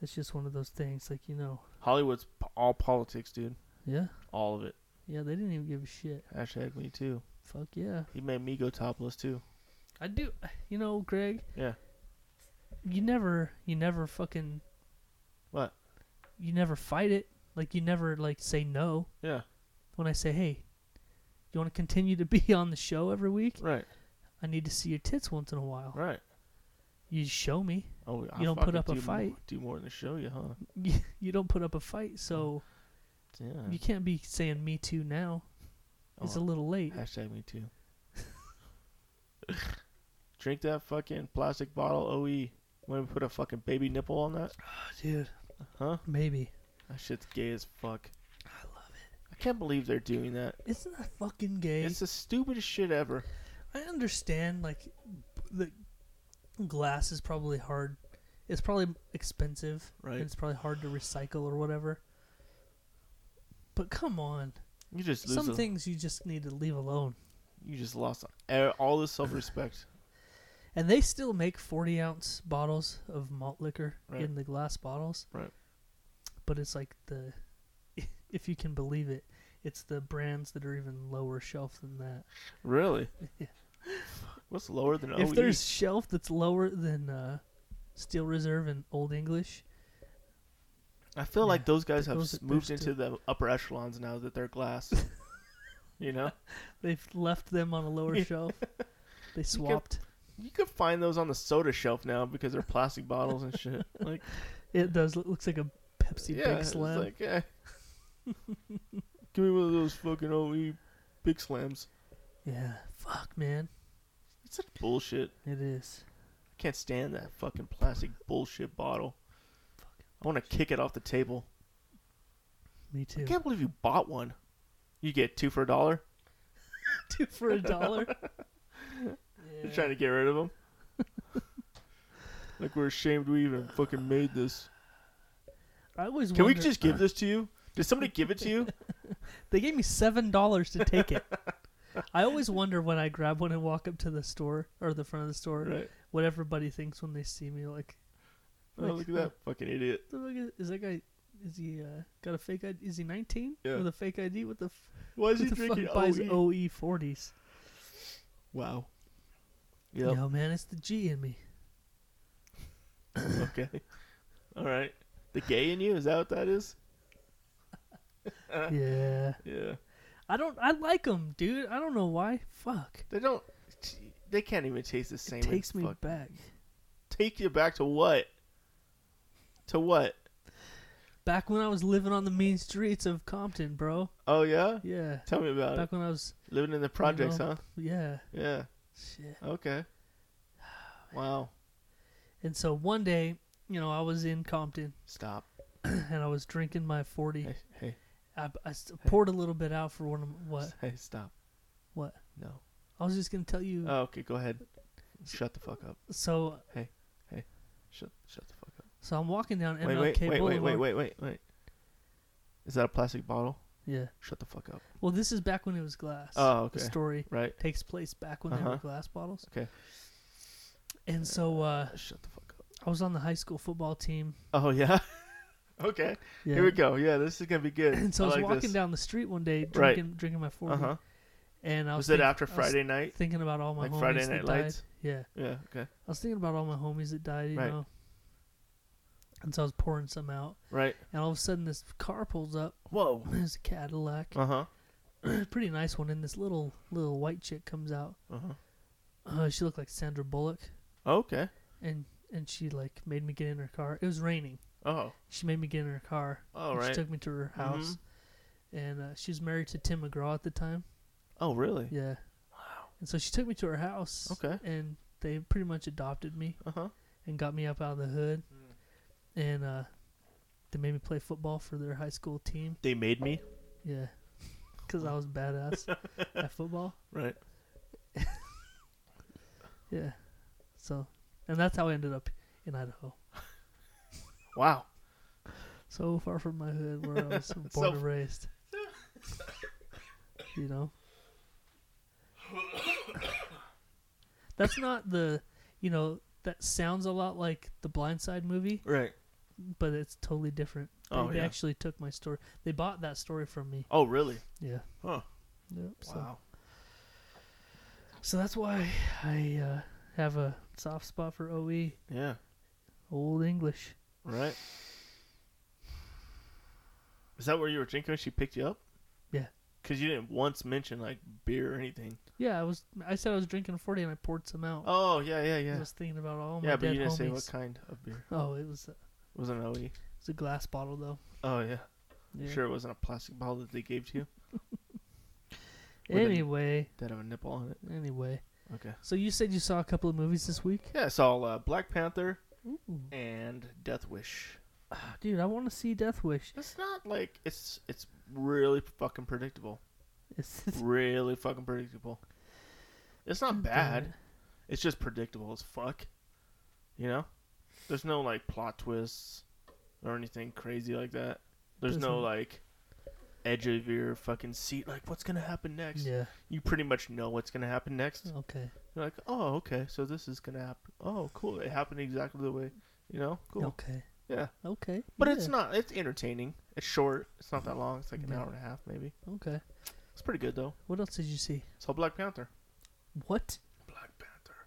Speaker 6: it's just one of those things like you know.
Speaker 1: Hollywood's p- all politics, dude.
Speaker 6: Yeah.
Speaker 1: All of it.
Speaker 6: Yeah, they didn't even give a shit.
Speaker 1: Hashtag me too.
Speaker 6: Fuck yeah.
Speaker 1: He made me go topless too.
Speaker 6: I do. You know, Greg,
Speaker 1: Yeah.
Speaker 6: you never, you never fucking,
Speaker 1: What?
Speaker 6: you never fight it. Like you never like say no
Speaker 1: Yeah.
Speaker 6: when I say, hey, you want to continue to be [laughs] on the show every week?
Speaker 1: Right.
Speaker 6: I need to see your tits once in a while.
Speaker 1: Right.
Speaker 6: You show me. [laughs]
Speaker 1: Oh, I
Speaker 6: You don't put
Speaker 1: fucking
Speaker 6: up a
Speaker 1: do more-
Speaker 6: fight.
Speaker 1: do more than show you, huh?
Speaker 6: You, you don't put up a fight, so
Speaker 1: Yeah.
Speaker 6: you can't be saying me too now. It's
Speaker 1: Oh,
Speaker 6: a
Speaker 1: [sighs]
Speaker 6: little late.
Speaker 1: Hashtag me too. [laughs] Drink that fucking plastic bottle OE. Want to put a fucking baby nipple on that?
Speaker 6: dude.
Speaker 1: Huh?
Speaker 6: Maybe.
Speaker 1: That shit's gay as fuck. I can't believe they're doing that.
Speaker 6: Isn't that fucking gay?
Speaker 1: It's the stupidest shit ever.
Speaker 6: I understand like the glass is probably hard. It's probably expensive. and
Speaker 1: Right.
Speaker 6: It's probably hard to recycle or whatever. But come on,
Speaker 1: You just lose.
Speaker 6: some
Speaker 1: a-
Speaker 6: things you just need to leave alone.
Speaker 1: you just lost a- e, all the self-respect.
Speaker 6: And they still make forty ounce bottles of malt liquor
Speaker 1: Right.
Speaker 6: in the glass bottles.
Speaker 1: Right.
Speaker 6: But it's like the, [laughs] if you can believe it, it's the brands that are even lower shelf than that. [laughs]
Speaker 1: Really? What's lower than E? OE?
Speaker 6: if there's shelf that's lower than uh, Steel Reserve and Old English,
Speaker 1: I feel like those guys
Speaker 6: there
Speaker 1: have
Speaker 6: goes
Speaker 1: s-
Speaker 6: it,
Speaker 1: moved
Speaker 6: there's
Speaker 1: into the upper echelons now that they're
Speaker 6: [laughs]
Speaker 1: glass. you know,
Speaker 6: They've left them on
Speaker 1: [laughs]
Speaker 6: a lower shelf. They swapped.
Speaker 1: you could find those on the soda shelf now because they're plastic bottles and shit.
Speaker 6: [laughs]
Speaker 1: Like,
Speaker 6: It does. It looks like a Pepsi
Speaker 1: yeah,
Speaker 6: Big
Speaker 1: it's
Speaker 6: Slam.
Speaker 1: like, yeah. [laughs] Give me one of those fucking OE big slams.
Speaker 6: yeah. Fuck, man.
Speaker 1: It's such bullshit.
Speaker 6: It is.
Speaker 1: I can't stand that fucking plastic bullshit bottle. I want to kick it off the table.
Speaker 6: Me too.
Speaker 1: I can't believe you bought one. You get two for a dollar.
Speaker 6: Two for [laughs] a dollar.
Speaker 1: You're trying to get rid of them.
Speaker 6: [laughs]
Speaker 1: like we're ashamed we even fucking made this.
Speaker 6: I always
Speaker 1: Can we
Speaker 6: wondered-
Speaker 1: just give this to you? Did somebody give it to
Speaker 6: [laughs]
Speaker 1: you?
Speaker 6: They gave me seven dollars to
Speaker 1: [laughs]
Speaker 6: take it. I always wonder when I grab one and walk up to the store or the front of the store,
Speaker 1: Right.
Speaker 6: what everybody thinks when they see me. Like,
Speaker 1: Oh, look at that fucking idiot.
Speaker 6: "What the fuck is, is that guy? Is he uh, got a fake ID? Is he 19
Speaker 1: Yeah.
Speaker 6: with a fake ID? What the? F-
Speaker 1: Why is
Speaker 6: who
Speaker 1: he
Speaker 6: the
Speaker 1: drinking E?
Speaker 6: fuck buys E
Speaker 1: OE?
Speaker 6: OE 40s?
Speaker 1: Wow. Yep.
Speaker 6: No, man, it's the G in me.
Speaker 1: [laughs] okay. All right. The gay in you is that what that is? Uh.
Speaker 6: yeah.
Speaker 1: Yeah.
Speaker 6: I don't. I like them, dude. I don't know why. Fuck.
Speaker 1: They don't. They can't even taste the same.
Speaker 6: It takes
Speaker 1: as
Speaker 6: me
Speaker 1: fuck-
Speaker 6: back.
Speaker 1: Take you back to what? To what?
Speaker 6: Back when I was living on the mean streets of Compton, bro.
Speaker 1: Oh yeah.
Speaker 6: Yeah.
Speaker 1: Tell me about
Speaker 6: Back when I was.
Speaker 1: it. Living in the projects,
Speaker 6: know.
Speaker 1: huh?
Speaker 6: Yeah.
Speaker 1: Yeah.
Speaker 6: Shit.
Speaker 1: Okay. Wow.
Speaker 6: And so one day, you know, I was in Compton [clears throat]
Speaker 1: Stop.
Speaker 6: and I was drinking my 40.
Speaker 1: Hey, hey,
Speaker 6: I, I s- poured a little bit out for one of m- what?
Speaker 1: hey, stop.
Speaker 6: What?
Speaker 1: No.
Speaker 6: I was just gonna tell you.
Speaker 1: Oh, okay, go ahead. Shut the fuck up.
Speaker 6: so,
Speaker 1: Shut, shut the fuck up.
Speaker 6: so I'm walking down
Speaker 1: Wait,
Speaker 6: MLK
Speaker 1: wait, wait,
Speaker 6: Boulevard.
Speaker 1: wait, wait, wait, wait, wait. Is that a plastic bottle?
Speaker 6: Yeah.
Speaker 1: Shut the fuck up.
Speaker 6: Well, this is back when it was glass.
Speaker 1: Oh,
Speaker 6: The
Speaker 1: okay.
Speaker 6: story
Speaker 1: Right?
Speaker 6: takes place back when they were
Speaker 1: Uh-huh.
Speaker 6: glass bottles.
Speaker 1: Okay.
Speaker 6: And uh, so uh,
Speaker 1: Uh, Shut the fuck up.
Speaker 6: I was on the high school football team
Speaker 1: Oh yeah. [laughs] Okay.
Speaker 6: Yeah.
Speaker 1: Here we go. Yeah, this is gonna be good.
Speaker 6: [clears throat] And [clears throat] so I was
Speaker 1: like
Speaker 6: walking
Speaker 1: this.
Speaker 6: down the street one day,
Speaker 1: Right.
Speaker 6: drinking drinking my 40,
Speaker 1: Uh huh.
Speaker 6: and I was,
Speaker 1: Was it
Speaker 6: think-
Speaker 1: after
Speaker 6: I was
Speaker 1: Friday night?
Speaker 6: thinking about all my
Speaker 1: Like
Speaker 6: homies
Speaker 1: Friday
Speaker 6: that
Speaker 1: Night
Speaker 6: died.
Speaker 1: Lights?
Speaker 6: Yeah,
Speaker 1: Yeah. Okay.
Speaker 6: I was thinking about all my homies that died, you
Speaker 1: Right.
Speaker 6: know. And so I was pouring some out,
Speaker 1: Right.
Speaker 6: and all of a sudden this car pulls up. [clears throat]
Speaker 1: Whoa.
Speaker 6: There's a Cadillac,
Speaker 1: Uh huh.
Speaker 6: pretty nice one, and this little little white chick comes out.
Speaker 1: Uh-huh.
Speaker 6: Uh, she looked like Sandra Bullock,
Speaker 1: Okay.
Speaker 6: and and she like made me get in her car. It was raining.
Speaker 1: Oh.
Speaker 6: She made me get in her car.
Speaker 1: Oh,
Speaker 6: and She
Speaker 1: right.
Speaker 6: took me to her house, and uh, she was married to Tim McGraw at the time.
Speaker 1: Oh, really?
Speaker 6: Yeah. Wow. And so she took me to her house.
Speaker 1: Okay.
Speaker 6: And they pretty much adopted me
Speaker 1: Uh huh.
Speaker 6: and got me up out of the hood,
Speaker 1: Mm.
Speaker 6: and uh, they made me play football for their high school team.
Speaker 1: They made me.
Speaker 6: Yeah. [laughs] Because I
Speaker 1: [laughs]
Speaker 6: was badass at football.
Speaker 1: Right.
Speaker 6: Yeah. So, and that's how I ended up in Idaho.
Speaker 1: Wow.
Speaker 6: So far from my hood where I
Speaker 1: [laughs]
Speaker 6: was born
Speaker 1: So-
Speaker 6: and raised. you know? That's not the, you know, that sounds a lot like the Blind Side movie,
Speaker 1: Right.
Speaker 6: but it's totally different. They,
Speaker 1: Oh,
Speaker 6: they
Speaker 1: yeah.
Speaker 6: actually took my story. They bought that story from me.
Speaker 1: Oh, really?
Speaker 6: Yeah.
Speaker 1: Huh.
Speaker 6: Yep, so,
Speaker 1: Wow.
Speaker 6: so that's why I uh, have a soft spot for OE,
Speaker 1: Yeah.
Speaker 6: Old English.
Speaker 1: Right. Is that where you were drinking? when She picked you up.
Speaker 6: Yeah.
Speaker 1: Cause you didn't once mention like beer or anything.
Speaker 6: Yeah, I was. I said I was drinking forty, and I poured some out.
Speaker 1: Oh yeah, yeah, yeah.
Speaker 6: I was thinking about all my
Speaker 1: yeah, but
Speaker 6: dead
Speaker 1: you didn't
Speaker 6: homies.
Speaker 1: say what kind of beer.
Speaker 6: Oh, it was it
Speaker 1: It was an OE.
Speaker 6: was a glass bottle though.
Speaker 1: Oh yeah.
Speaker 6: Yeah.
Speaker 1: Sure, it wasn't a plastic bottle that they gave
Speaker 6: [laughs]
Speaker 1: to you with a-
Speaker 6: Anyway,
Speaker 1: that have a nipple on it.
Speaker 6: anyway.
Speaker 1: Okay.
Speaker 6: So you said you saw a couple of movies this week,
Speaker 1: Yeah, I saw uh, Black Panther and Death Wish.
Speaker 6: dude. I want to see Death Wish.
Speaker 1: It's not like it's it's really fucking predictable.
Speaker 6: It's,
Speaker 1: really fucking predictable. It's not
Speaker 6: damn
Speaker 1: bad. It's just predictable as fuck. You know? There's no like plot twists or anything crazy like that. There's no
Speaker 6: Doesn't-
Speaker 1: like edge of your fucking seat like what's going to happen next?
Speaker 6: [laughs] yeah.
Speaker 1: You pretty much know what's going to happen next.
Speaker 6: Okay.
Speaker 1: You're like, "Oh, okay. So this is going to happen. Oh, cool. It happened exactly the way, you know? Cool."
Speaker 6: Okay.
Speaker 1: Yeah.
Speaker 6: Okay.
Speaker 1: But it's
Speaker 6: yeah,
Speaker 1: not it's entertaining. It's short. It's not that long. It's like an
Speaker 6: Yeah.
Speaker 1: hour and a half maybe.
Speaker 6: Okay.
Speaker 1: It's pretty good though.
Speaker 6: What else did you see?
Speaker 1: So Black Panther.
Speaker 6: What?
Speaker 1: Black Panther.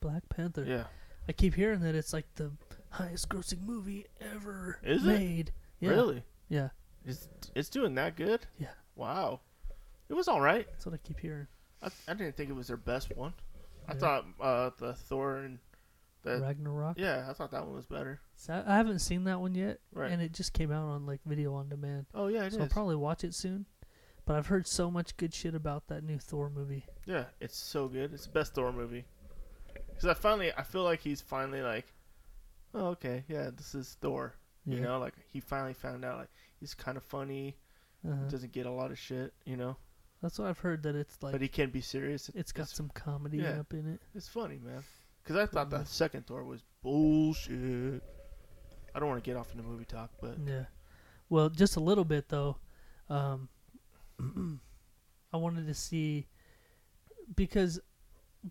Speaker 6: Black Panther.
Speaker 1: Yeah.
Speaker 6: I keep hearing that it's like the highest grossing movie ever
Speaker 1: Is it?
Speaker 6: made. Yeah.
Speaker 1: Really?
Speaker 6: Yeah.
Speaker 1: It's it's doing that good?
Speaker 6: Yeah.
Speaker 1: Wow. It was all right.
Speaker 6: That's what I keep hearing.
Speaker 1: I, I didn't think it was their best one. I
Speaker 6: Yeah.
Speaker 1: thought uh, the Thor and the
Speaker 6: Ragnarok.
Speaker 1: Uh, yeah, I thought that one was better.
Speaker 6: So I haven't seen that one yet,
Speaker 1: Right.
Speaker 6: and it just came out on like video on demand.
Speaker 1: Oh yeah, it
Speaker 6: so I'll
Speaker 1: is.
Speaker 6: probably watch it soon. But I've heard so much good shit about that new Thor movie.
Speaker 1: yeah, it's so good. It's the best Thor movie. Because I finally, I feel like he's finally like, oh okay, yeah, this is Thor. You
Speaker 6: Yeah.
Speaker 1: know, like he finally found out like he's kind of funny,
Speaker 6: Uh,
Speaker 1: doesn't get a lot of shit, you know,
Speaker 6: that's what I've heard that it's like
Speaker 1: but he can be serious.
Speaker 6: it's got some comedy
Speaker 1: yeah.
Speaker 6: up in it.
Speaker 1: It's funny, man. Because I thought the second Thor was bullshit. I don't want to get off into movie talk, but
Speaker 6: Yeah. Well, just a little bit though. Um, [clears throat] I wanted to see because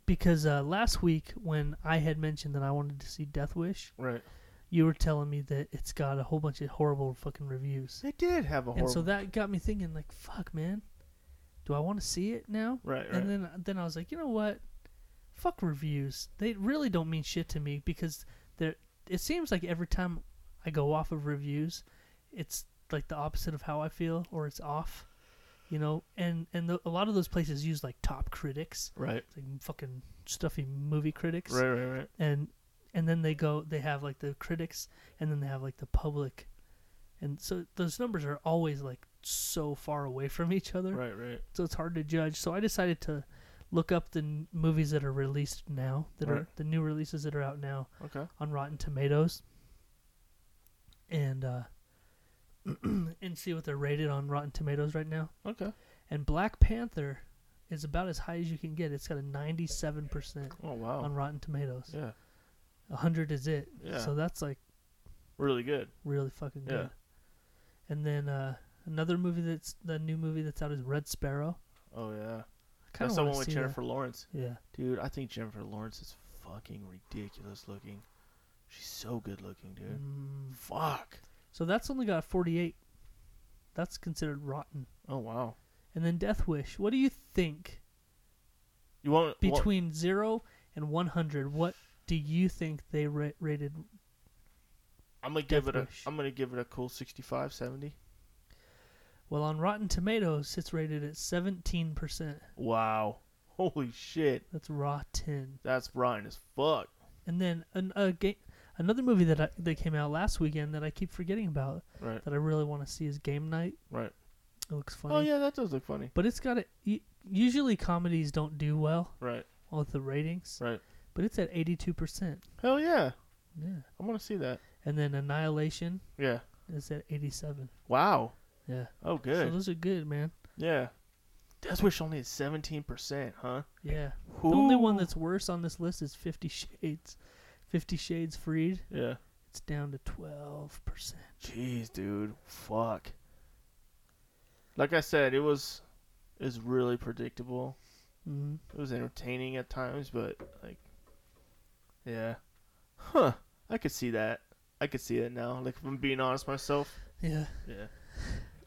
Speaker 6: because uh, last week when I had mentioned that I wanted to see Death Wish,
Speaker 1: right,
Speaker 6: you were telling me that it's got a whole bunch of horrible fucking reviews.
Speaker 1: they did have a horrible.
Speaker 6: and so that got me thinking like fuck man do i want to see it now
Speaker 1: Right, right.
Speaker 6: and then then i was like you know what fuck reviews they really don't mean shit to me because they're it seems like every time i go off of reviews it's like the opposite of how i feel or it's off you know and and the, a lot of those places use like top critics
Speaker 1: right,
Speaker 6: like fucking stuffy movie critics
Speaker 1: right, right, right.
Speaker 6: and and then they go they have like the critics and then they have like the public and so those numbers are always like so far away from each other
Speaker 1: Right, right.
Speaker 6: so it's hard to judge so i decided to look up the n- movies that are released now that are
Speaker 1: Right.
Speaker 6: the new releases that are out now
Speaker 1: Okay.
Speaker 6: on rotten tomatoes and uh [clears throat] and see what they're rated on rotten tomatoes right now
Speaker 1: Okay.
Speaker 6: and black panther is about as high as you can get it's got a 97%
Speaker 1: Oh wow.
Speaker 6: on rotten tomatoes
Speaker 1: yeah.
Speaker 6: 100 is it.
Speaker 1: Yeah.
Speaker 6: So that's like
Speaker 1: Really good.
Speaker 6: really fucking
Speaker 1: Yeah.
Speaker 6: good. And then uh, another movie that's the new movie that's out is Red Sparrow.
Speaker 1: Oh yeah.
Speaker 6: I kind
Speaker 1: That's
Speaker 6: of
Speaker 1: the
Speaker 6: want
Speaker 1: one
Speaker 6: to
Speaker 1: with
Speaker 6: see
Speaker 1: Jennifer
Speaker 6: that.
Speaker 1: Lawrence.
Speaker 6: Yeah.
Speaker 1: Dude, I think Jennifer Lawrence is
Speaker 6: Mm.
Speaker 1: fucking ridiculous looking. She's so good looking, dude. Fuck.
Speaker 6: So that's only got a 48. That's considered rotten.
Speaker 1: Oh wow.
Speaker 6: And then Death Wish. What do you think
Speaker 1: You want want-
Speaker 6: between zero and 100? What do you think they ra- rated?
Speaker 1: I'm gonna give
Speaker 6: Death
Speaker 1: it a.
Speaker 6: Wish.
Speaker 1: I'm gonna give it a cool 65, 70.
Speaker 6: Well, on Rotten Tomatoes, it's rated at 17%.
Speaker 1: Wow. Holy shit.
Speaker 6: That's rotten.
Speaker 1: That's rotten as fuck.
Speaker 6: And then an, a ga- another movie that I, that came out last weekend that I keep forgetting about
Speaker 1: Right.
Speaker 6: that I really want to see is Game Night.
Speaker 1: Right.
Speaker 6: It looks funny.
Speaker 1: Oh yeah, that does look funny.
Speaker 6: But it's got a, u- usually comedies don't do well
Speaker 1: Right.
Speaker 6: with the ratings,
Speaker 1: Right.
Speaker 6: but it's at 82%.
Speaker 1: Hell yeah.
Speaker 6: Yeah.
Speaker 1: I want to see that.
Speaker 6: And then Annihilation
Speaker 1: Yeah.
Speaker 6: is at 87.
Speaker 1: Wow.
Speaker 6: Yeah.
Speaker 1: Oh
Speaker 6: So
Speaker 1: good.
Speaker 6: those are good, man.
Speaker 1: yeah. Death Wish only is 17%, huh?
Speaker 6: Yeah. The only one
Speaker 1: Ooh.
Speaker 6: that's worse on this list is 50 Shades. 50 Shades Freed.
Speaker 1: Yeah.
Speaker 6: It's down to 12%.
Speaker 1: Jeez, dude. Fuck. Like I said, it was it was really predictable.
Speaker 6: Mm.
Speaker 1: It was entertaining at times, but like Yeah. Huh. I could see that. I could see it now. Like if I'm being honest myself.
Speaker 6: Yeah.
Speaker 1: Yeah.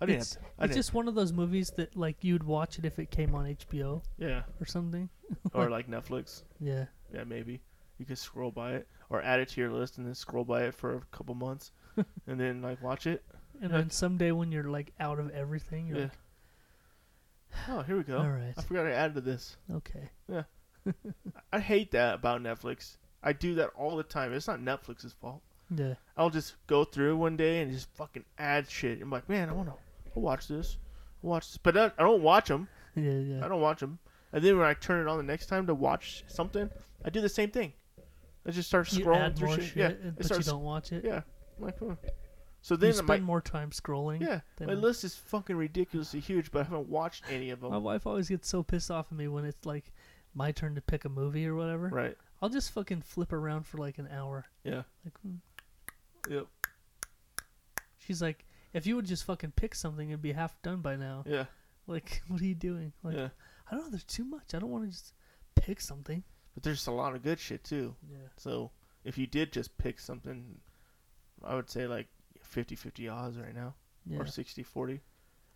Speaker 1: I didn't
Speaker 6: it's,
Speaker 1: have to, I
Speaker 6: it's
Speaker 1: didn't
Speaker 6: just one of those movies that like you'd watch it if it came on HBO
Speaker 1: Yeah.
Speaker 6: [laughs] or something.
Speaker 1: Or like Netflix.
Speaker 6: Yeah.
Speaker 1: Yeah, maybe. You could scroll by it. Or add it to your list and then scroll by it for a couple
Speaker 6: [laughs]
Speaker 1: months and then like watch it.
Speaker 6: And
Speaker 1: Yeah.
Speaker 6: then someday when you're like out of everything, you're
Speaker 1: Yeah.
Speaker 6: like,
Speaker 1: Oh, here we go.
Speaker 6: All right.
Speaker 1: I forgot I added to this.
Speaker 6: okay.
Speaker 1: I hate that about Netflix. I do that all the time. It's not Netflix's fault.
Speaker 6: Yeah.
Speaker 1: I'll just go through one day and just fucking add shit. I'm like, man, I want to I'll watch this. I'll watch this. But I I don't watch them.
Speaker 6: Yeah. Yeah.
Speaker 1: I don't watch them. And then when I turn it on the next time to watch something, I do the same thing. I just start
Speaker 6: You
Speaker 1: scrolling
Speaker 6: add
Speaker 1: through
Speaker 6: more
Speaker 1: shit.
Speaker 6: shit, uh,
Speaker 1: Yeah, it
Speaker 6: but you
Speaker 1: starts-
Speaker 6: don't watch it.
Speaker 1: Yeah. I'm like, huh. So
Speaker 6: You
Speaker 1: then
Speaker 6: spend
Speaker 1: my
Speaker 6: more time scrolling.
Speaker 1: yeah,
Speaker 6: than-
Speaker 1: my list is fucking ridiculously huge, but I haven't watched any of them.
Speaker 6: My wife always gets so pissed off at me when it's like my turn to pick a movie or whatever.
Speaker 1: Right.
Speaker 6: I'll just fucking flip around for like an hour.
Speaker 1: Yeah.
Speaker 6: Like, mm.
Speaker 1: Yep.
Speaker 6: she's like, if you would just fucking pick something, it'd be half done by now.
Speaker 1: Yeah.
Speaker 6: Like, [laughs] what are you doing? Like,
Speaker 1: yeah.
Speaker 6: I don't know. There's too much. I don't want to just pick something.
Speaker 1: But there's a lot of good shit too.
Speaker 6: Yeah.
Speaker 1: So if you did just pick something, I would say like 50-50 odds right now,
Speaker 6: Yeah.
Speaker 1: or 60-40,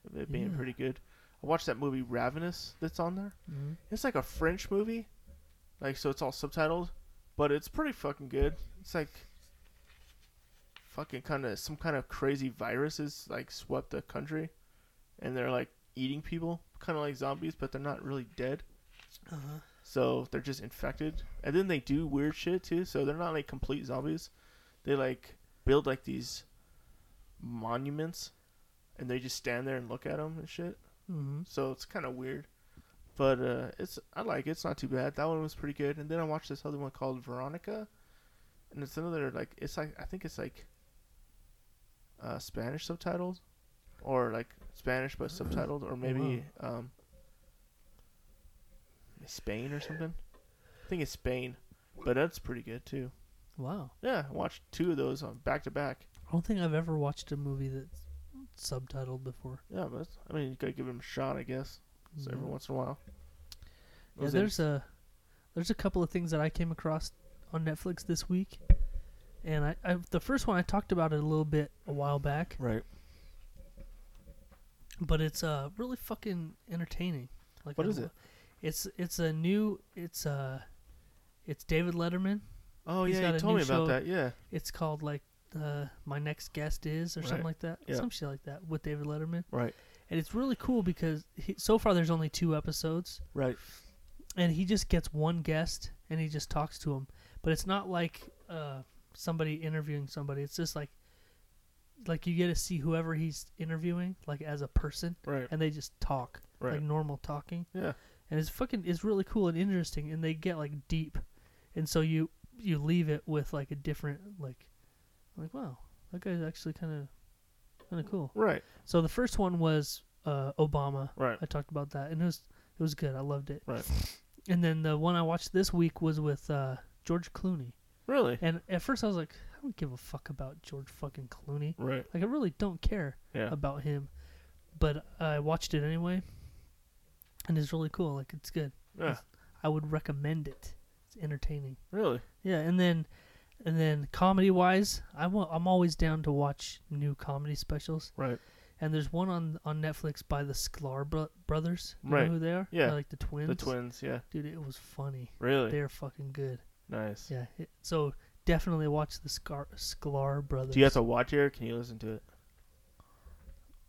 Speaker 1: of it being
Speaker 6: Yeah.
Speaker 1: pretty good. I watched that movie Ravenous that's on there.
Speaker 6: Mhm.
Speaker 1: It's like a French movie, like so it's all subtitled, but it's pretty fucking good. It's like fucking kind of some kind of crazy viruses like swept the country, and they're like eating people, kind of like zombies, but they're not really dead.
Speaker 6: Uh-huh.
Speaker 1: So they're just infected, and then they do weird shit too. So they're not like complete zombies. They like build like these monuments, and they just stand there and look at them and shit.
Speaker 6: Mhm.
Speaker 1: So it's kind of weird, but uh, it's I like it. It's not too bad. That one was pretty good. And then I watched this other one called Veronica, and it's another like it's like I think it's like uh, Spanish subtitles, or like Spanish but subtitled, or maybe um, Spain or something. I think it's Spain, but that's pretty good too.
Speaker 6: Wow.
Speaker 1: Yeah, I watched two of those uh, on back to back.
Speaker 6: I don't think I've ever watched a movie that's subtitled before.
Speaker 1: Yeah, but it's- I mean you gotta give them a shot, I guess. So every
Speaker 6: Yeah.
Speaker 1: once in a while.
Speaker 6: Mm-hmm. Yeah,
Speaker 1: Was it-
Speaker 6: there's a there's a couple of things that I came across on Netflix this week, and I, I the first one I talked about it a little bit a while back,
Speaker 1: right.
Speaker 6: but it's uh really fucking entertaining. Like um,
Speaker 1: What
Speaker 6: I
Speaker 1: is
Speaker 6: lo-
Speaker 1: it?
Speaker 6: It's it's a new it's uh it's David Letterman.
Speaker 1: Oh
Speaker 6: He's
Speaker 1: yeah,
Speaker 6: got
Speaker 1: you
Speaker 6: a
Speaker 1: told
Speaker 6: new
Speaker 1: me
Speaker 6: show.
Speaker 1: about that. Yeah,
Speaker 6: It's called like uh my next guest is or something
Speaker 1: Right.
Speaker 6: like that,
Speaker 1: Yeah.
Speaker 6: some shit like that with David Letterman,
Speaker 1: right,
Speaker 6: and it's really cool because he, so far there's only two episodes,
Speaker 1: right,
Speaker 6: and he just gets one guest and he just talks to him but it's not like uh, somebody interviewing somebody it's just like like you get to see whoever he's interviewing like as a person
Speaker 1: right,
Speaker 6: and they just talk
Speaker 1: right.
Speaker 6: like normal talking
Speaker 1: Yeah,
Speaker 6: and it's fucking it's really cool and interesting and they get like deep and so you you leave it with like a different like like wow that guy's actually kind of kind of cool
Speaker 1: right,
Speaker 6: so the first one was uh, obama
Speaker 1: right,
Speaker 6: i talked about that and it was it was good i loved it
Speaker 1: right.
Speaker 6: and then the one I watched this week was with uh, George Clooney.
Speaker 1: Really?
Speaker 6: And at first I was like, I don't give a fuck about George fucking Clooney.
Speaker 1: Right.
Speaker 6: Like I really don't care
Speaker 1: Yeah.
Speaker 6: about him. But I watched it anyway. And it's really cool. Like it's good.
Speaker 1: Yeah.
Speaker 6: I would recommend it. It's entertaining.
Speaker 1: Really?
Speaker 6: Yeah, and then And then comedy wise, I'm al- I'm always down to watch new comedy specials.
Speaker 1: Right.
Speaker 6: And there's one on on Netflix by the Sklar bro- brothers. You
Speaker 1: Right.
Speaker 6: Know who they are?
Speaker 1: Yeah.
Speaker 6: They're like the twins.
Speaker 1: The twins, yeah.
Speaker 6: Dude, it was funny.
Speaker 1: Really?
Speaker 6: They're fucking good.
Speaker 1: nice.
Speaker 6: Yeah. It, so definitely watch the Scar- Sklar brothers.
Speaker 1: Do you have to watch it or can you listen to it?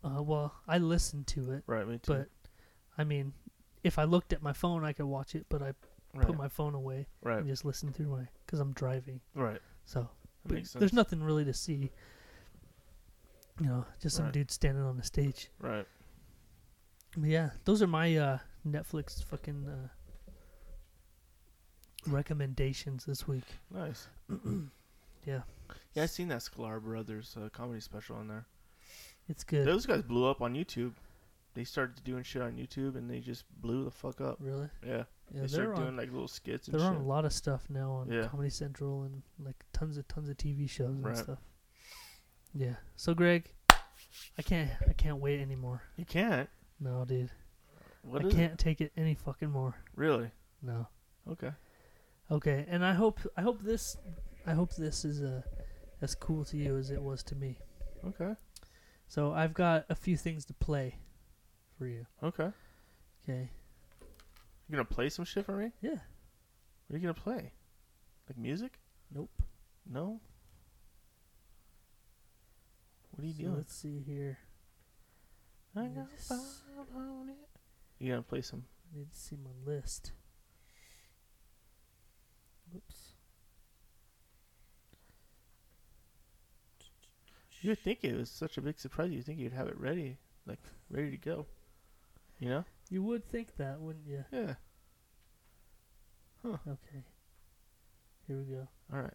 Speaker 6: Uh, well, I listened to it,
Speaker 1: Right, me too.
Speaker 6: but I mean, if I looked at my phone, I could watch it, but I
Speaker 1: right,
Speaker 6: put my phone away
Speaker 1: right,
Speaker 6: and just listen through my because I'm driving.
Speaker 1: right.
Speaker 6: So
Speaker 1: That
Speaker 6: but
Speaker 1: makes sense.
Speaker 6: there's nothing really to see. You know, just some
Speaker 1: Right.
Speaker 6: dude standing on the stage.
Speaker 1: Right.
Speaker 6: But yeah, those are my uh, Netflix fucking uh, recommendations this week.
Speaker 1: Nice.
Speaker 6: [clears throat] Yeah,
Speaker 1: Yeah, I seen that Sklar Brothers uh, comedy special on there.
Speaker 6: it's good.
Speaker 1: Those guys blew up on YouTube. They started doing shit on YouTube and they just blew the fuck up.
Speaker 6: really?
Speaker 1: Yeah.
Speaker 6: Yeah,
Speaker 1: they
Speaker 6: they're
Speaker 1: started
Speaker 6: on.
Speaker 1: doing like little skits and
Speaker 6: they're on a
Speaker 1: shit.
Speaker 6: lot of stuff now on
Speaker 1: Yeah.
Speaker 6: Comedy Central and like tons of tons of TV shows and
Speaker 1: Right.
Speaker 6: stuff. Yeah. So Greg, I can't I can't wait anymore.
Speaker 1: You can't.
Speaker 6: No, dude,
Speaker 1: What
Speaker 6: I
Speaker 1: is it?
Speaker 6: can't take it any fucking more.
Speaker 1: Really?
Speaker 6: No.
Speaker 1: Okay.
Speaker 6: Okay, and I hope I hope this I hope this is uh, as cool to you as it was to me.
Speaker 1: Okay.
Speaker 6: So I've got a few things to play for you.
Speaker 1: Okay. You
Speaker 6: Okay.
Speaker 1: gonna play some shit for me?
Speaker 6: Yeah.
Speaker 1: What are you gonna play? Like music?
Speaker 6: Nope.
Speaker 1: No. What are you
Speaker 6: So
Speaker 1: doing?
Speaker 6: let's see here.
Speaker 1: I
Speaker 6: need
Speaker 1: got
Speaker 6: to s-
Speaker 1: five on it. You gonna play some?
Speaker 6: I need to see my list. Whoops.
Speaker 1: You would think it was such a big surprise. You think you'd have it ready, like ready to go. You know?
Speaker 6: You would think that, wouldn't you?
Speaker 1: Yeah.
Speaker 6: Okay. Here we go.
Speaker 1: All right.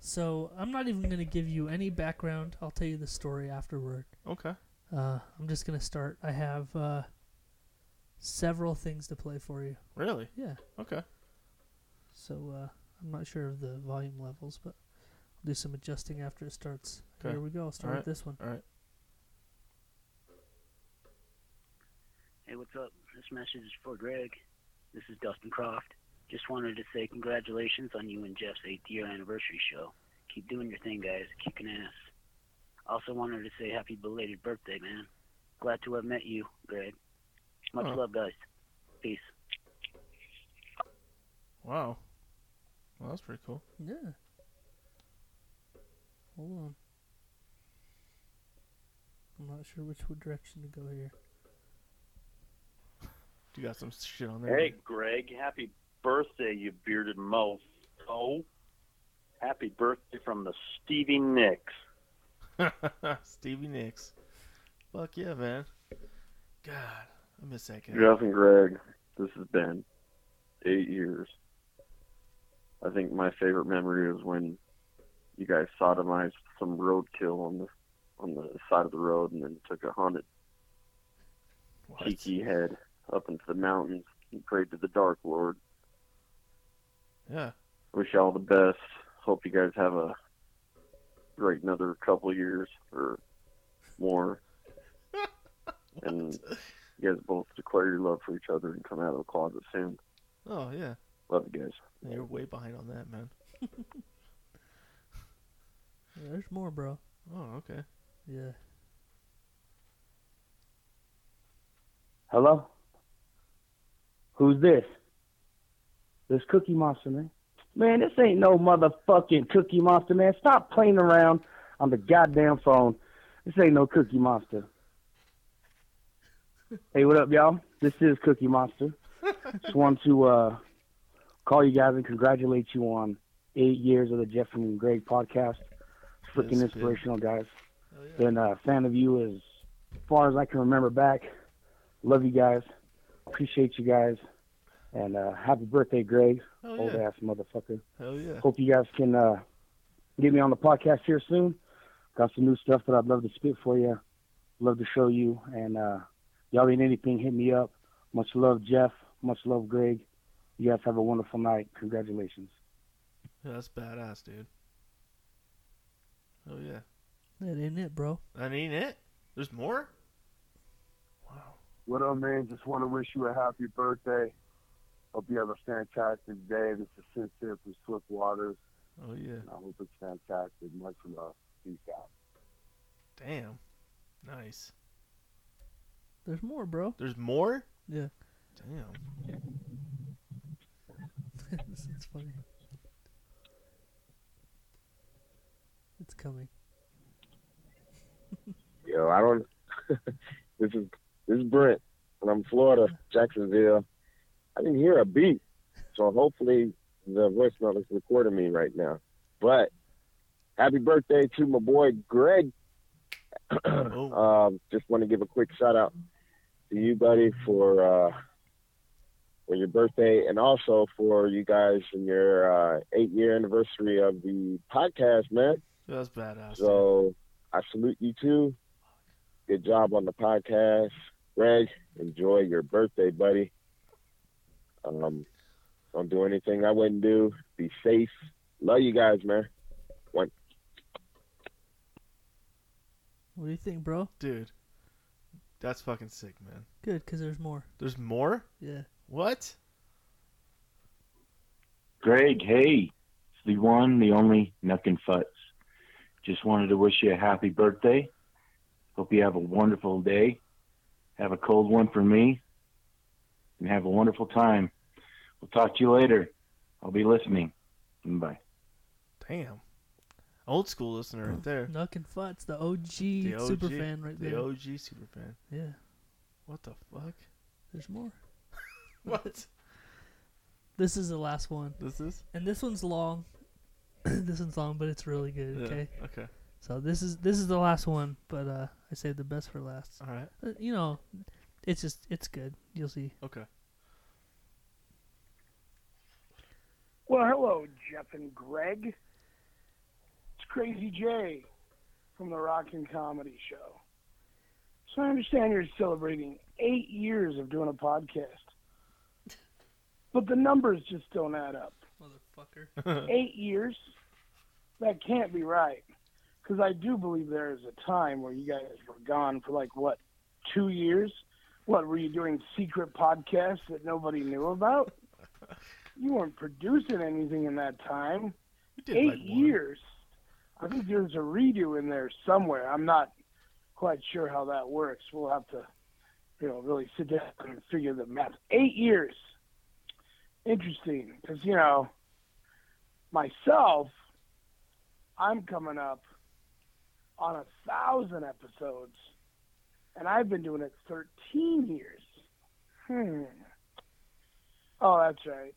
Speaker 6: So I'm not even gonna give you any background. I'll tell you the story afterward.
Speaker 1: Okay.
Speaker 6: Uh, I'm just gonna start. I have uh, several things to play for you.
Speaker 1: Really?
Speaker 6: Yeah.
Speaker 1: Okay.
Speaker 6: So uh, I'm not sure of the volume levels, but I'll do some adjusting after it starts.
Speaker 1: Okay.
Speaker 6: Here we go. I'll start
Speaker 1: Alright.
Speaker 6: with this one.
Speaker 1: All right.
Speaker 3: Hey, what's up? This message is for Greg. This is Dustin Croft. Just wanted to say congratulations on you and Jeff's eighth year anniversary show. Keep doing your thing, guys. Kicking ass. Also wanted to say happy belated birthday, man. Glad to have met you, Greg. Much
Speaker 1: Aw.
Speaker 3: love, guys. Peace.
Speaker 1: Wow. Well, that's pretty cool.
Speaker 6: Yeah. Hold on. I'm not sure which direction to go here.
Speaker 1: You got some shit on there.
Speaker 7: Hey, Greg, happy birthday, you bearded mofo. Happy birthday from the Stevie Nicks.
Speaker 1: [laughs] Stevie Nicks. Fuck yeah, man. God, I miss that guy.
Speaker 7: Jeff and Greg, this has been eight years. I think my favorite memory is when you guys sodomized some roadkill on the on the side of the road and then took a haunted
Speaker 1: What?
Speaker 7: tiki head up into the mountains and prayed to the Dark Lord.
Speaker 1: Yeah.
Speaker 7: wish you all the best. Hope you guys have a great another couple years or more. and you guys both declare your love for each other and come out of the closet soon.
Speaker 1: Oh yeah.
Speaker 7: Love you guys.
Speaker 1: Yeah, You're way behind on that, man.
Speaker 6: Yeah, there's more, bro.
Speaker 1: Oh okay.
Speaker 6: Yeah.
Speaker 8: Hello? Who's this? This Cookie Monster, man. Man, this ain't no motherfucking Cookie Monster, man. Stop playing around on the goddamn phone. This ain't no Cookie Monster. Hey, what up, y'all? This is Cookie Monster. Just want to uh, call you guys and congratulate you on eight years of the Jeff and Greg podcast. Freaking
Speaker 1: That's good.
Speaker 8: inspirational, guys.
Speaker 1: Oh yeah.
Speaker 8: Been a uh, fan of you as far as I can remember back. Love you guys. Appreciate you guys. And uh, happy birthday, Greg.
Speaker 1: Hell
Speaker 8: Old
Speaker 1: Oh, yeah.
Speaker 8: ass motherfucker.
Speaker 1: Hell yeah.
Speaker 8: Hope you guys can uh, get me on the podcast here soon. Got some new stuff that I'd love to spit for you. Love to show you. And uh, y'all need anything, hit me up. Much love, Jeff. Much love, Greg. You guys have a wonderful night. Congratulations.
Speaker 1: Yeah, that's badass, dude. Oh yeah.
Speaker 6: That ain't it, bro.
Speaker 1: That ain't it. There's more.
Speaker 9: What up, man? Just want to wish you a happy birthday. Hope you have a fantastic day. This is Sincere from Swift Waters.
Speaker 1: Oh yeah.
Speaker 9: I hope it's fantastic. Much love. Peace out.
Speaker 1: Damn. Nice.
Speaker 6: There's more, bro.
Speaker 1: There's more?
Speaker 6: Yeah.
Speaker 1: Damn.
Speaker 6: [laughs] this is funny. It's coming.
Speaker 10: Yo, I don't. [laughs] this is this is Brent, and I'm Florida, Jacksonville. I didn't hear a beat, so hopefully the voicemail is recording me right now. But happy birthday to my boy Greg. [clears throat] um, just want to give a quick shout out to you, buddy, for uh, for your birthday, and also for you guys and your uh, eight year anniversary of the podcast, man.
Speaker 1: That's badass.
Speaker 10: So I salute you too. Good job on the podcast, Greg. Enjoy your birthday, buddy. Um, don't do anything I wouldn't do. Be safe. Love you guys, man.
Speaker 6: What do you think, bro?
Speaker 1: Dude. That's fucking sick, man.
Speaker 6: Good, because there's more.
Speaker 1: There's more?
Speaker 6: Yeah.
Speaker 1: What?
Speaker 11: Greg, hey, it's the one, the only Nuck and Futz. Just wanted to wish you a happy birthday. Hope you have a wonderful day. Have a cold one for me. And have a wonderful time. We'll talk to you later. I'll be listening. Bye.
Speaker 1: Damn. Old school listener right there.
Speaker 6: Nuck and Futz, the OG,
Speaker 1: The OG
Speaker 6: super fan right
Speaker 1: The
Speaker 6: there.
Speaker 1: OG superfan.
Speaker 6: yeah.
Speaker 1: What the
Speaker 6: [laughs]
Speaker 1: fuck?
Speaker 6: There's more.
Speaker 1: What?
Speaker 6: This is the last one.
Speaker 1: this is?
Speaker 6: And this one's long. [coughs] this one's long, but it's really good,
Speaker 1: Yeah,
Speaker 6: okay?
Speaker 1: Okay.
Speaker 6: So this is this is the last one, but uh I saved the best for last.
Speaker 1: All right.
Speaker 6: Uh, you know, it's just it's good. You'll see.
Speaker 1: Okay.
Speaker 12: Well, hello, Jeff and Greg. It's Crazy Jay from the Rockin' Comedy Show. So I understand you're celebrating eight years of doing a podcast, but the numbers just don't add up.
Speaker 6: Motherfucker.
Speaker 12: Eight years? That can't be right. Because I do believe there is a time where you guys were gone for like, what, two years? What, were you doing secret podcasts that nobody knew about? you weren't producing anything in that time
Speaker 1: You did
Speaker 12: eight
Speaker 1: like one.
Speaker 12: years. I think there's a redo in there somewhere. I'm not quite sure how that works. We'll have to, you know, really sit down and figure the math. Eight years. Interesting, because you know, myself, I'm coming up on a thousand episodes, and I've been doing it 13 years. Hmm. Oh, that's right.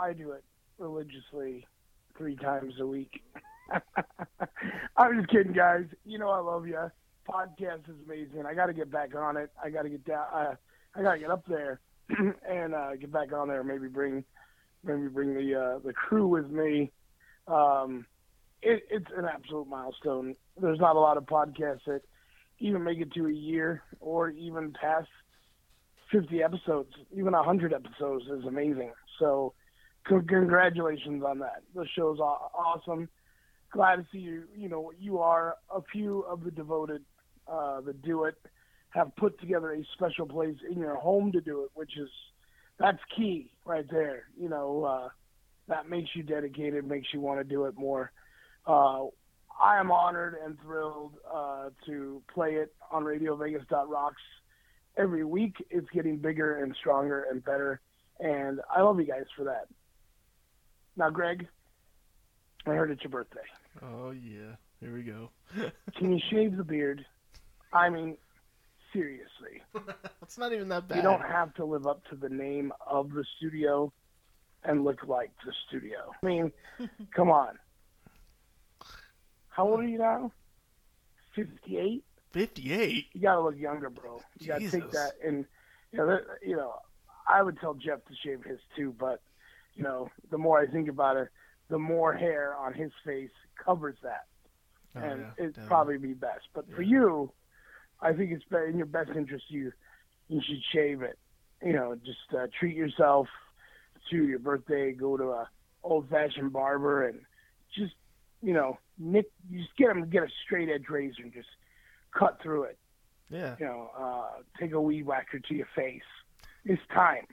Speaker 12: I do it religiously three times a week. [laughs] I'm just kidding, guys. You know I love you. Podcast is amazing. I got to get back on it. I got to get down. Uh, I got to get up there [clears throat] and uh, get back on there. Maybe bring, maybe bring the uh, the crew with me. Um, it, it's an absolute milestone. There's not a lot of podcasts that even make it to a year or even past 50 episodes. Even 100 episodes is amazing. So c- congratulations on that. The show's aw- awesome. Glad to see you. You know, you are a few of the devoted uh, that do it have put together a special place in your home to do it, which is that's key right there. You know, uh, that makes you dedicated, makes you want to do it more. Uh, I am honored and thrilled uh, to play it on RadioVegas.rocks every week. It's getting bigger and stronger and better, and I love you guys for that. Now, Greg, I heard it's your birthday.
Speaker 1: Oh yeah. Here we go.
Speaker 12: Can you shave the beard? I mean, seriously.
Speaker 1: It's not even that bad.
Speaker 12: You don't have to live up to the name of the studio and look like the studio. I mean, come on. How old are you now? 58?
Speaker 1: 58.
Speaker 12: You got to look younger, bro. You got to
Speaker 1: Jesus.
Speaker 12: take that and you know, that, you know, I would tell Jeff to shave his too, but you know, the more I think about it, the more hair on his face covers that
Speaker 1: Oh,
Speaker 12: and
Speaker 1: yeah,
Speaker 12: it'd
Speaker 1: definitely.
Speaker 12: probably be best. But for you, I think it's be- in your best interest you you should shave it. You know, just uh, treat yourself to your birthday. Go to a old fashioned barber and just you know nick you just get him get a straight edge razor and just cut through it.
Speaker 1: Yeah.
Speaker 12: You know, uh, take a weed whacker to your face. [laughs] It's time.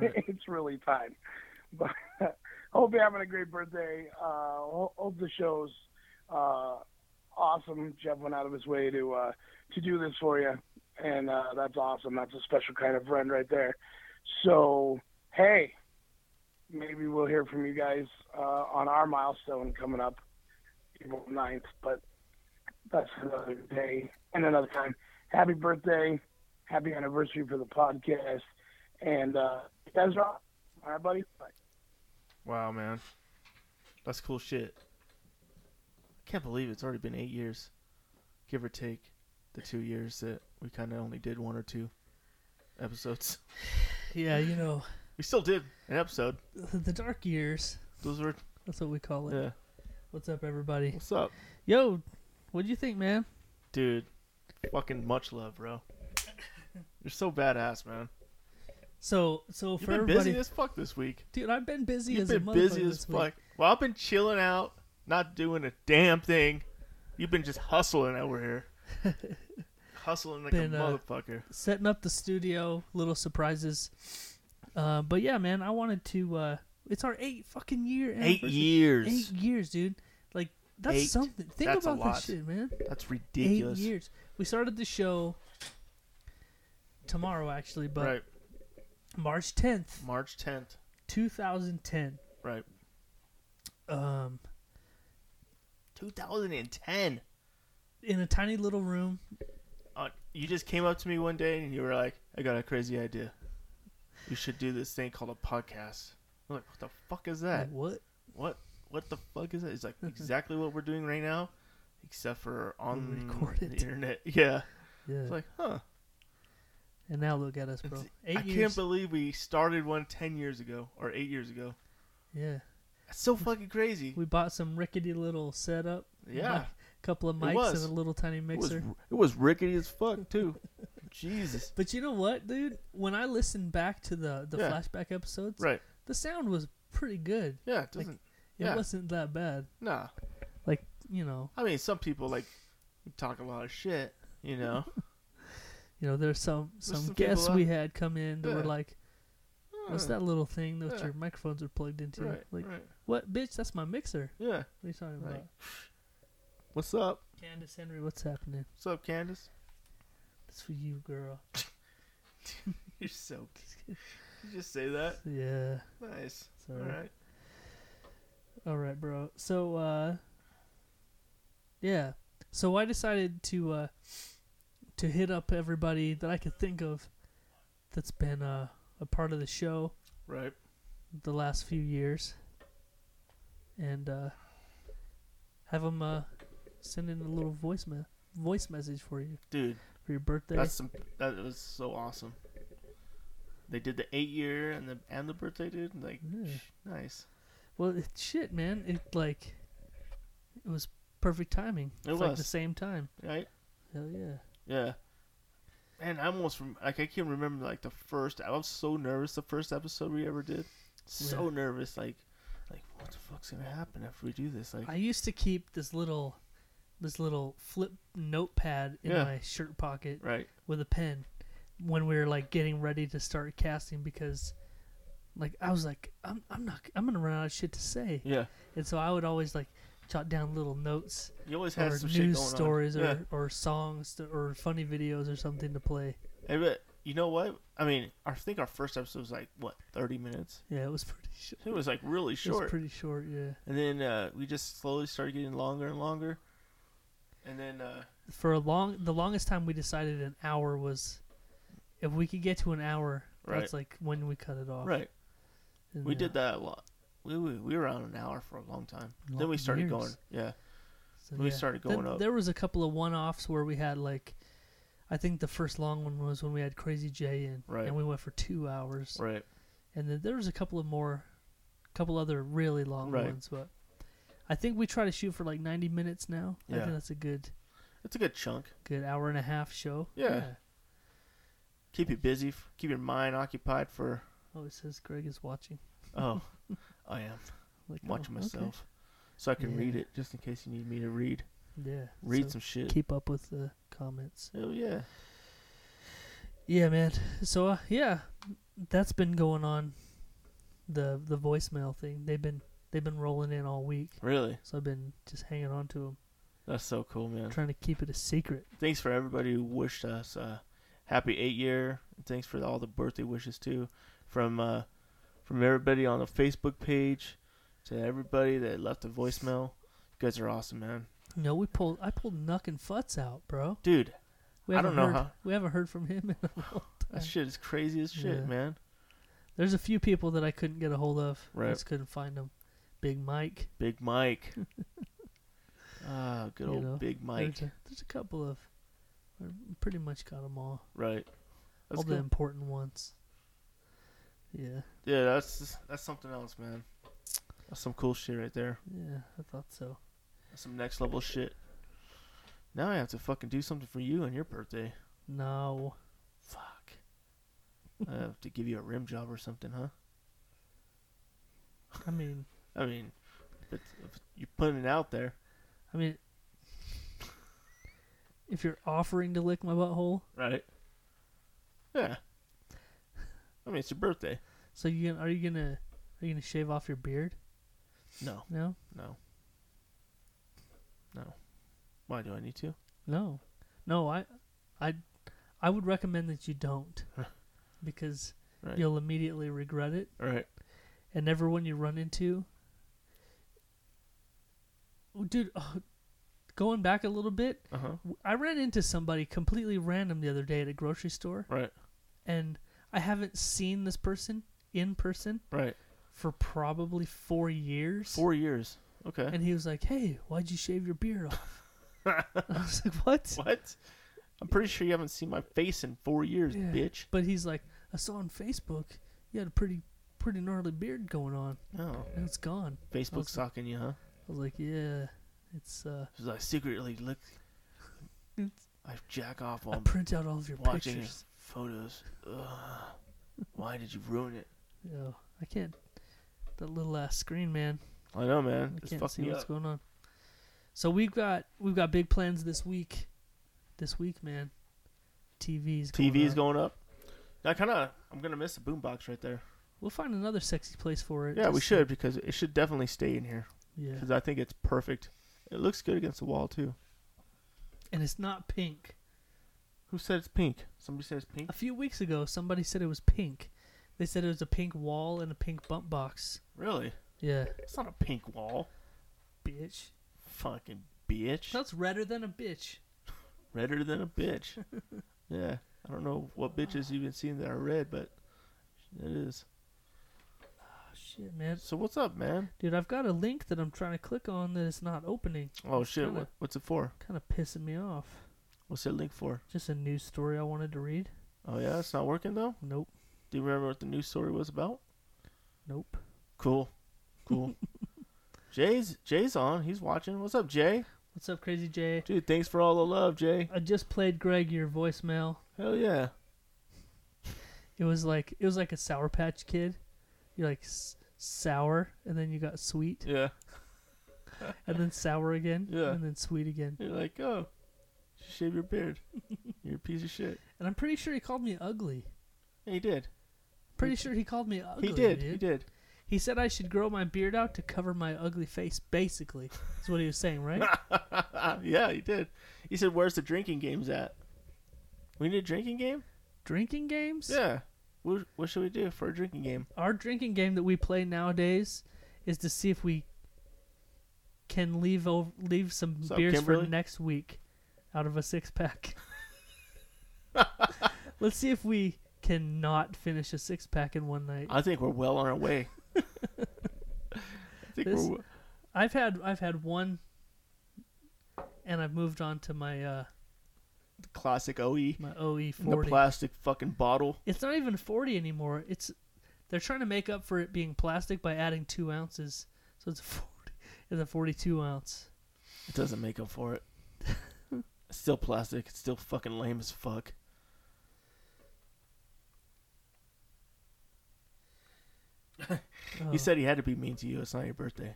Speaker 1: Right.
Speaker 12: it's really time. [laughs] But hope you're having a great birthday. Uh, ho- hope the show's uh, awesome. Jeff went out of his way to uh, to do this for you, and uh, that's awesome. That's a special kind of friend right there. So hey, maybe we'll hear from you guys uh, on our milestone coming up April 9th, but that's another day and another time. Happy birthday, happy anniversary for the podcast, and uh, you guys are awesome. all right, buddy. Bye.
Speaker 1: Wow, man. That's cool shit. I can't believe it's already been eight years, give or take the two years that we kind of only did one or two episodes. [laughs]
Speaker 6: Yeah, you know.
Speaker 1: We still did an episode.
Speaker 6: The dark years.
Speaker 1: Those were.
Speaker 6: That's what we call it.
Speaker 1: Yeah.
Speaker 6: What's up, everybody?
Speaker 1: What's up?
Speaker 6: Yo, what'd you think, man?
Speaker 1: Dude, fucking much love, bro. You're so badass, man.
Speaker 6: So, so
Speaker 1: You've
Speaker 6: for
Speaker 1: been
Speaker 6: everybody,
Speaker 1: busy as fuck this week.
Speaker 6: dude, I've been busy
Speaker 1: You've
Speaker 6: as
Speaker 1: been
Speaker 6: a
Speaker 1: busy
Speaker 6: motherfucker
Speaker 1: as
Speaker 6: this week.
Speaker 1: fuck. Well, I've been chilling out, not doing a damn thing. You've been just hustling over here,
Speaker 6: [laughs]
Speaker 1: hustling like
Speaker 6: Been,
Speaker 1: a
Speaker 6: uh,
Speaker 1: motherfucker.
Speaker 6: setting up the studio, little surprises. Uh, but yeah, man, I wanted to. Uh, it's our eight fucking year.
Speaker 1: Eight
Speaker 6: anniversary.
Speaker 1: years.
Speaker 6: Eight years, dude. Like that's
Speaker 1: Eight.
Speaker 6: something. Think
Speaker 1: That's a
Speaker 6: about
Speaker 1: lot.
Speaker 6: that shit, man.
Speaker 1: That's ridiculous.
Speaker 6: Eight years. We started the show tomorrow, actually, but
Speaker 1: Right.
Speaker 6: March tenth,
Speaker 1: March tenth,
Speaker 6: two thousand ten.
Speaker 1: right?
Speaker 6: Um,
Speaker 1: 2010.
Speaker 6: in a tiny little room.
Speaker 1: Uh, you just came up to me one day and you were like, "I got a crazy idea. We should do this thing called a podcast." I'm like, "What the fuck is that?
Speaker 6: Like, what?
Speaker 1: What? What the fuck is that?"
Speaker 6: [laughs]
Speaker 1: It's like exactly what we're doing right now, except for on
Speaker 6: Recorded.
Speaker 1: the internet. [laughs] Yeah.
Speaker 6: Yeah.
Speaker 1: It's like, huh.
Speaker 6: And now look at us, bro. Eight
Speaker 1: I
Speaker 6: years.
Speaker 1: can't believe we started one ten years ago or eight years ago.
Speaker 6: yeah.
Speaker 1: That's so fucking crazy.
Speaker 6: We bought some rickety little setup.
Speaker 1: Yeah.
Speaker 6: A couple of
Speaker 1: It
Speaker 6: mics
Speaker 1: was.
Speaker 6: and a little tiny mixer.
Speaker 1: It was, it was rickety as fuck
Speaker 6: [laughs]
Speaker 1: too. Jesus.
Speaker 6: But you know what, dude? When I listened back to the the
Speaker 1: Yeah.
Speaker 6: flashback episodes,
Speaker 1: Right.
Speaker 6: the sound was pretty good.
Speaker 1: Yeah, it
Speaker 6: Like,
Speaker 1: doesn't-
Speaker 6: it
Speaker 1: yeah.
Speaker 6: wasn't that bad.
Speaker 1: Nah.
Speaker 6: Like you know,
Speaker 1: I mean, some people like talk a lot of shit. You [laughs] know.
Speaker 6: you know, there's some
Speaker 1: There's
Speaker 6: some,
Speaker 1: some people
Speaker 6: guests we
Speaker 1: out-
Speaker 6: had come in that were
Speaker 1: Yeah.
Speaker 6: like, "What's
Speaker 1: Huh.
Speaker 6: that little thing that
Speaker 1: Yeah.
Speaker 6: your microphones are plugged into?"
Speaker 1: Right,
Speaker 6: like,
Speaker 1: right.
Speaker 6: what, bitch? That's my mixer.
Speaker 1: Yeah.
Speaker 6: What are you talking
Speaker 1: Like,
Speaker 6: about?
Speaker 1: What's up?
Speaker 6: Candace Henry, what's happening?
Speaker 1: What's up, Candace?
Speaker 6: It's for you, girl.
Speaker 1: [laughs] You're so. You just say that.
Speaker 6: Yeah.
Speaker 1: Nice.
Speaker 6: Sorry.
Speaker 1: All right.
Speaker 6: All right, bro. So, uh, yeah. So I decided to uh, to hit up everybody that I could think of that's been uh, a part of the show
Speaker 1: Right.
Speaker 6: the last few years, and uh, have them uh, send in a little voice me- voice message for you,
Speaker 1: Dude.
Speaker 6: for your birthday.
Speaker 1: That's some. That was so awesome. They did the eight year and the and the birthday, dude. Like,
Speaker 6: Yeah.
Speaker 1: nice.
Speaker 6: Well, it, shit, man. It like it was perfect timing.
Speaker 1: It
Speaker 6: it's like the
Speaker 1: was.
Speaker 6: same time.
Speaker 1: Right.
Speaker 6: Hell yeah.
Speaker 1: Yeah. Man, I almost rem- like I can't remember like the first. I was so nervous the first episode we ever did. So nervous, like, like what the fuck's gonna happen after we do this? Like,
Speaker 6: I used to keep this little this little flip notepad in
Speaker 1: Yeah.
Speaker 6: my shirt pocket
Speaker 1: Right.
Speaker 6: with a pen when we were like getting ready to start casting because like I was like I'm I'm not I'm going to run out of shit to say.
Speaker 1: Yeah.
Speaker 6: And so I would always like jot down little notes
Speaker 1: You always had
Speaker 6: or
Speaker 1: some
Speaker 6: news
Speaker 1: shit going on.
Speaker 6: stories
Speaker 1: Yeah.
Speaker 6: or or songs to, or funny videos or something to play.
Speaker 1: Hey, but you know what? I mean, I think our first episode was like what thirty minutes.
Speaker 6: Yeah, it was pretty short.
Speaker 1: It was like really
Speaker 6: It
Speaker 1: short,
Speaker 6: was pretty short, yeah.
Speaker 1: and then uh, we just slowly started getting longer and longer, and then uh,
Speaker 6: for a long the longest time we decided an hour was if we could get to an hour
Speaker 1: Right.
Speaker 6: that's like when we cut it off
Speaker 1: right,
Speaker 6: And,
Speaker 1: we
Speaker 6: uh,
Speaker 1: did that a lot. We, we we were on an hour for a long time.
Speaker 6: Long
Speaker 1: then we started
Speaker 6: years.
Speaker 1: going, yeah.
Speaker 6: so,
Speaker 1: we
Speaker 6: yeah.
Speaker 1: started
Speaker 6: Then
Speaker 1: going up.
Speaker 6: there was a couple of one-offs where we had like i think the first long one was when we had crazy jay in
Speaker 1: Right.
Speaker 6: and we went for two hours
Speaker 1: Right.
Speaker 6: and then there was a couple of more couple other really long
Speaker 1: Right.
Speaker 6: ones but i think we try to shoot for like 90 minutes now i
Speaker 1: Yeah.
Speaker 6: think that's a good
Speaker 1: It's a good chunk.
Speaker 6: good hour and a half show
Speaker 1: Yeah. Keep you busy. f- Keep your mind occupied for.
Speaker 6: oh it says greg is watching
Speaker 1: Oh, I
Speaker 6: [laughs]
Speaker 1: am
Speaker 6: Like, oh,
Speaker 1: watching
Speaker 6: okay.
Speaker 1: myself, so I can
Speaker 6: Yeah.
Speaker 1: read it just in case you need me to read.
Speaker 6: Yeah.
Speaker 1: Read
Speaker 6: so
Speaker 1: some shit.
Speaker 6: Keep up with the comments.
Speaker 1: Oh yeah.
Speaker 6: Yeah, man. So uh, yeah, that's been going on the the voicemail thing. They've been they've been rolling in all week.
Speaker 1: Really?
Speaker 6: So I've been just hanging on to them,
Speaker 1: That's so cool, man.
Speaker 6: trying to keep it a secret.
Speaker 1: Thanks for everybody who wished us a happy eight year. Thanks for all the birthday wishes too, from uh, from everybody on the Facebook page to everybody that left a voicemail. You guys are awesome, man.
Speaker 6: No, we pulled I pulled Nuck and Futz out, bro.
Speaker 1: Dude,
Speaker 6: we
Speaker 1: I
Speaker 6: haven't
Speaker 1: don't know
Speaker 6: heard,
Speaker 1: how-
Speaker 6: we haven't heard from him in a long time.
Speaker 1: That shit is crazy as shit,
Speaker 6: Yeah.
Speaker 1: man.
Speaker 6: There's a few people that I couldn't get a hold of. I
Speaker 1: Right.
Speaker 6: just couldn't find them. Big Mike.
Speaker 1: Big Mike.
Speaker 6: [laughs]
Speaker 1: Ah, good
Speaker 6: you
Speaker 1: old
Speaker 6: know,
Speaker 1: Big Mike.
Speaker 6: There's a, there's a couple of. I pretty much got them all.
Speaker 1: Right. That's
Speaker 6: all
Speaker 1: cool.
Speaker 6: the important ones. Yeah.
Speaker 1: Yeah, that's that's something else, man. That's some cool shit right there.
Speaker 6: Yeah, I thought so.
Speaker 1: That's some next level shit. Now I have to fucking do something for you on your birthday.
Speaker 6: No.
Speaker 1: Fuck. I have to give you a rim job or something, huh?
Speaker 6: I mean,
Speaker 1: I mean, if, it's- if you're putting it out there,
Speaker 6: I mean, if you're offering to lick my butthole,
Speaker 1: right? Yeah. I mean, it's your birthday.
Speaker 6: so you gonna- are you gonna are you gonna shave off your beard?
Speaker 1: No.
Speaker 6: No.
Speaker 1: No. No. Why do I need to?
Speaker 6: No, no. I, I, I would recommend that you don't, because
Speaker 1: Right.
Speaker 6: you'll immediately regret it.
Speaker 1: Right.
Speaker 6: And everyone you run into, Oh, dude. oh, going back a little bit,
Speaker 1: Uh-huh.
Speaker 6: w- I ran into somebody completely random the other day at a grocery store.
Speaker 1: Right.
Speaker 6: And I haven't seen this person in person.
Speaker 1: Right.
Speaker 6: For probably four years.
Speaker 1: Four years. Okay.
Speaker 6: And he was like, "Hey, why'd you shave your beard off?" [laughs] I was like, "What?"
Speaker 1: [laughs] What? I'm pretty sure you haven't seen my face in four years,
Speaker 6: Yeah.
Speaker 1: bitch.
Speaker 6: But he's like, I saw on Facebook you had a pretty pretty gnarly beard going on.
Speaker 1: Oh.
Speaker 6: And it's gone. I was
Speaker 1: Facebook's
Speaker 6: like-
Speaker 1: stalking you, huh?
Speaker 6: I was like, Yeah. It's uh
Speaker 1: Because I secretly look. I jack off
Speaker 6: I [laughs]
Speaker 1: on
Speaker 6: print out all of your
Speaker 1: watching
Speaker 6: pictures.
Speaker 1: photos. Ugh. Why did you ruin it?
Speaker 6: You know, I can't that little ass screen, man.
Speaker 1: I know, man.
Speaker 6: I
Speaker 1: It's
Speaker 6: can't
Speaker 1: fucking
Speaker 6: see
Speaker 1: me
Speaker 6: what's
Speaker 1: up.
Speaker 6: going on. So we've got we've got big plans this week. This week, man. TV's going
Speaker 1: TV's
Speaker 6: up.
Speaker 1: going up. I kind of. I'm gonna miss the boombox right there.
Speaker 6: We'll find another sexy place for it.
Speaker 1: Yeah, we
Speaker 6: Just-
Speaker 1: should because it should definitely stay in here.
Speaker 6: Yeah.
Speaker 1: Because I think it's perfect. It looks good against the wall too.
Speaker 6: And it's not pink.
Speaker 1: Who said it's pink? Somebody said it's pink.
Speaker 6: A few weeks ago, somebody said it was pink. They said it was a pink wall and a pink bump box.
Speaker 1: Really?
Speaker 6: Yeah.
Speaker 1: It's not a pink wall.
Speaker 6: Bitch.
Speaker 1: Fucking bitch.
Speaker 6: That's redder than a bitch.
Speaker 1: redder than a bitch. yeah, I don't know what bitches you've been seeing that are red, but it is.
Speaker 6: Oh, Shit, man.
Speaker 1: So what's up, man?
Speaker 6: Dude, I've got a link that I'm trying to click on that it's not opening.
Speaker 1: Oh shit, what, what's it for?
Speaker 6: Kind of pissing me off.
Speaker 1: What's that link for?
Speaker 6: Just a news story I wanted to read.
Speaker 1: Oh yeah, it's not working though.
Speaker 6: Nope.
Speaker 1: Do you remember what the news story was about?
Speaker 6: Nope.
Speaker 1: Cool, cool. Jay's Jay's on. He's watching. What's up, Jay?
Speaker 6: What's up, Crazy Jay?
Speaker 1: Dude, thanks for all the love, Jay.
Speaker 6: I just played Greg your voicemail.
Speaker 1: Hell yeah.
Speaker 6: It was like it was like a Sour Patch Kid. You're like s- sour, and then you got sweet,
Speaker 1: Yeah.
Speaker 6: and then sour again,
Speaker 1: Yeah.
Speaker 6: and then sweet again.
Speaker 1: You're like, oh, shave your beard. You're a piece of shit.
Speaker 6: And I'm pretty sure he called me ugly.
Speaker 1: And he did.
Speaker 6: Pretty sure he called me ugly.
Speaker 1: he did. He
Speaker 6: dude.
Speaker 1: did.
Speaker 6: He said I should grow my beard out to cover my ugly face. Basically, is what he was saying, right?
Speaker 1: [laughs]
Speaker 6: [laughs]
Speaker 1: yeah, he did. He said, "Where's the drinking games at? We need a drinking game.
Speaker 6: drinking games.
Speaker 1: Yeah. What, what should we do for a drinking game?
Speaker 6: Our drinking game that we play nowadays is to see if we can leave o- leave some
Speaker 1: Sup,
Speaker 6: beers
Speaker 1: Kimberly?
Speaker 6: for next week out of a
Speaker 1: [laughs]
Speaker 6: six pack. Let's see if we can not finish a six pack in one night.
Speaker 1: I think we're well on our way. I think
Speaker 6: This-
Speaker 1: we're.
Speaker 6: I've had I've had one, and I've moved on to my uh,
Speaker 1: The classic OE.
Speaker 6: my OE
Speaker 1: in the
Speaker 6: forty.
Speaker 1: plastic fucking bottle.
Speaker 6: It's not even 40 anymore. It's they're trying to make up for it being plastic by adding two ounces. So it's a 40. It's a 42 ounce.
Speaker 1: It doesn't make up
Speaker 6: [laughs]
Speaker 1: for it. it's still plastic. It's still fucking lame as fuck. [laughs]
Speaker 6: Oh.
Speaker 1: He said he had to be mean to you. It's not your birthday.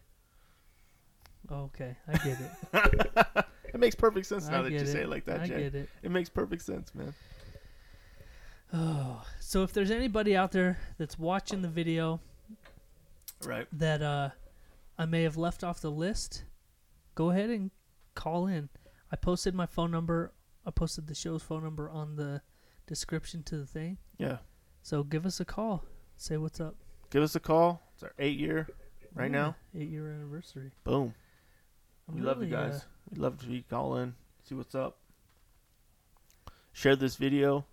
Speaker 6: Okay, I get it.
Speaker 1: It makes perfect sense
Speaker 6: I
Speaker 1: now that you
Speaker 6: get
Speaker 1: say
Speaker 6: it.
Speaker 1: it like that,
Speaker 6: I
Speaker 1: Jay.
Speaker 6: get it.
Speaker 1: It makes perfect sense, man.
Speaker 6: Oh, so if there's anybody out there that's watching the video
Speaker 1: Right.
Speaker 6: that uh, I may have left off the list, go ahead and call in. I posted my phone number. I posted the show's phone number on the description to the thing.
Speaker 1: Yeah.
Speaker 6: So give us a call. Say what's up.
Speaker 1: Give us a call. It's our eight year right
Speaker 6: Yeah,
Speaker 1: now.
Speaker 6: Eight year anniversary.
Speaker 1: Boom.
Speaker 6: I'm
Speaker 1: we love you
Speaker 6: really, uh,
Speaker 1: guys. We'd love to call in, see what's up. Share this video.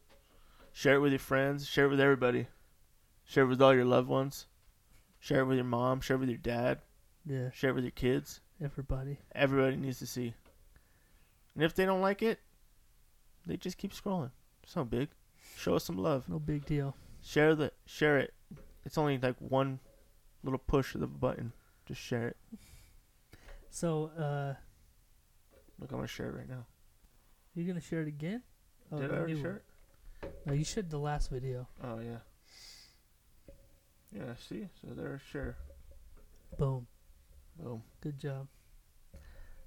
Speaker 1: Share it with your friends. Share it with everybody. Share it with all your loved ones. Share it with your mom. Share it with your dad.
Speaker 6: Yeah.
Speaker 1: Share it with your kids.
Speaker 6: Everybody.
Speaker 1: Everybody needs to see. And if they don't like it, they just keep scrolling. It's no big. Show us some love.
Speaker 6: No big deal.
Speaker 1: Share the share it. It's only like one little push of the button. Just share it.
Speaker 6: So uh,
Speaker 1: Look, I'm gonna share it right now.
Speaker 6: you're gonna share it again?
Speaker 1: Did I
Speaker 6: Oh, the
Speaker 1: already
Speaker 6: new
Speaker 1: share
Speaker 6: one. No, you shared the last video.
Speaker 1: Oh yeah.
Speaker 6: Oh,
Speaker 1: Yeah, see? So there share.
Speaker 6: Boom.
Speaker 1: Boom.
Speaker 6: Good job.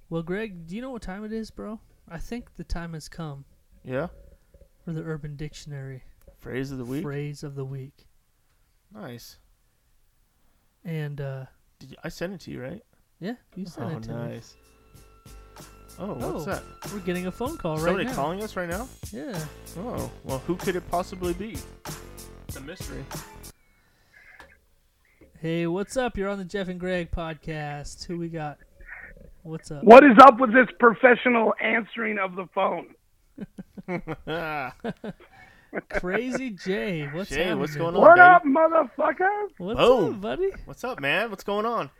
Speaker 6: Well, Greg, do you know what time it is, bro? I think the time has come
Speaker 1: Yeah?
Speaker 6: for the Urban Dictionary
Speaker 1: Phrase of the week.
Speaker 6: phrase of the week.
Speaker 1: Nice.
Speaker 6: And uh,
Speaker 1: Did you, I sent it to you, right?
Speaker 6: yeah, you sent
Speaker 1: oh,
Speaker 6: it to me.
Speaker 1: nice. Oh, what's
Speaker 6: Oh,
Speaker 1: that?
Speaker 6: We're getting a phone call
Speaker 1: Somebody
Speaker 6: right now.
Speaker 1: calling us right now?
Speaker 6: Yeah.
Speaker 1: Oh, well, who could it possibly be? It's a
Speaker 6: [laughs]
Speaker 1: mystery.
Speaker 6: Hey, what's up? You're on the Jeff and Greg podcast. Who we got? What's up?
Speaker 12: What is up with this professional answering of the phone?
Speaker 6: Crazy Jay. What's
Speaker 1: Jay, what's
Speaker 6: happening?
Speaker 1: going on, What baby? up,
Speaker 12: motherfucker?
Speaker 6: What's
Speaker 1: Boom.
Speaker 6: up, buddy?
Speaker 1: [laughs] What's up, man? What's going on?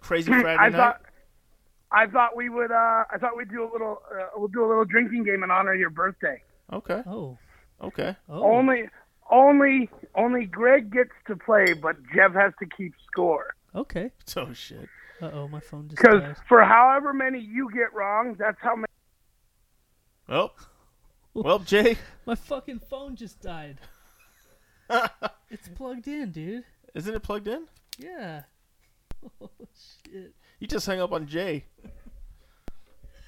Speaker 1: Crazy Friday
Speaker 12: [laughs] I
Speaker 1: night.
Speaker 12: thought I thought we would uh, I thought we'd do a little uh, we'll do a little drinking game in honor of your birthday.
Speaker 1: Okay.
Speaker 6: Oh.
Speaker 1: Okay. [laughs]
Speaker 12: Only only only Greg gets to play, but Jev has to keep score.
Speaker 6: Okay.
Speaker 1: Oh shit.
Speaker 6: Uh oh, my phone just
Speaker 12: Because
Speaker 6: died.
Speaker 12: for however many you get wrong, that's how many.
Speaker 1: Well, Oh. well, Jay,
Speaker 6: My fucking phone
Speaker 1: [laughs]
Speaker 6: just died. it's plugged in, dude.
Speaker 1: isn't it plugged in?
Speaker 6: Yeah. [laughs] Oh shit.
Speaker 1: You just hung up on Jay.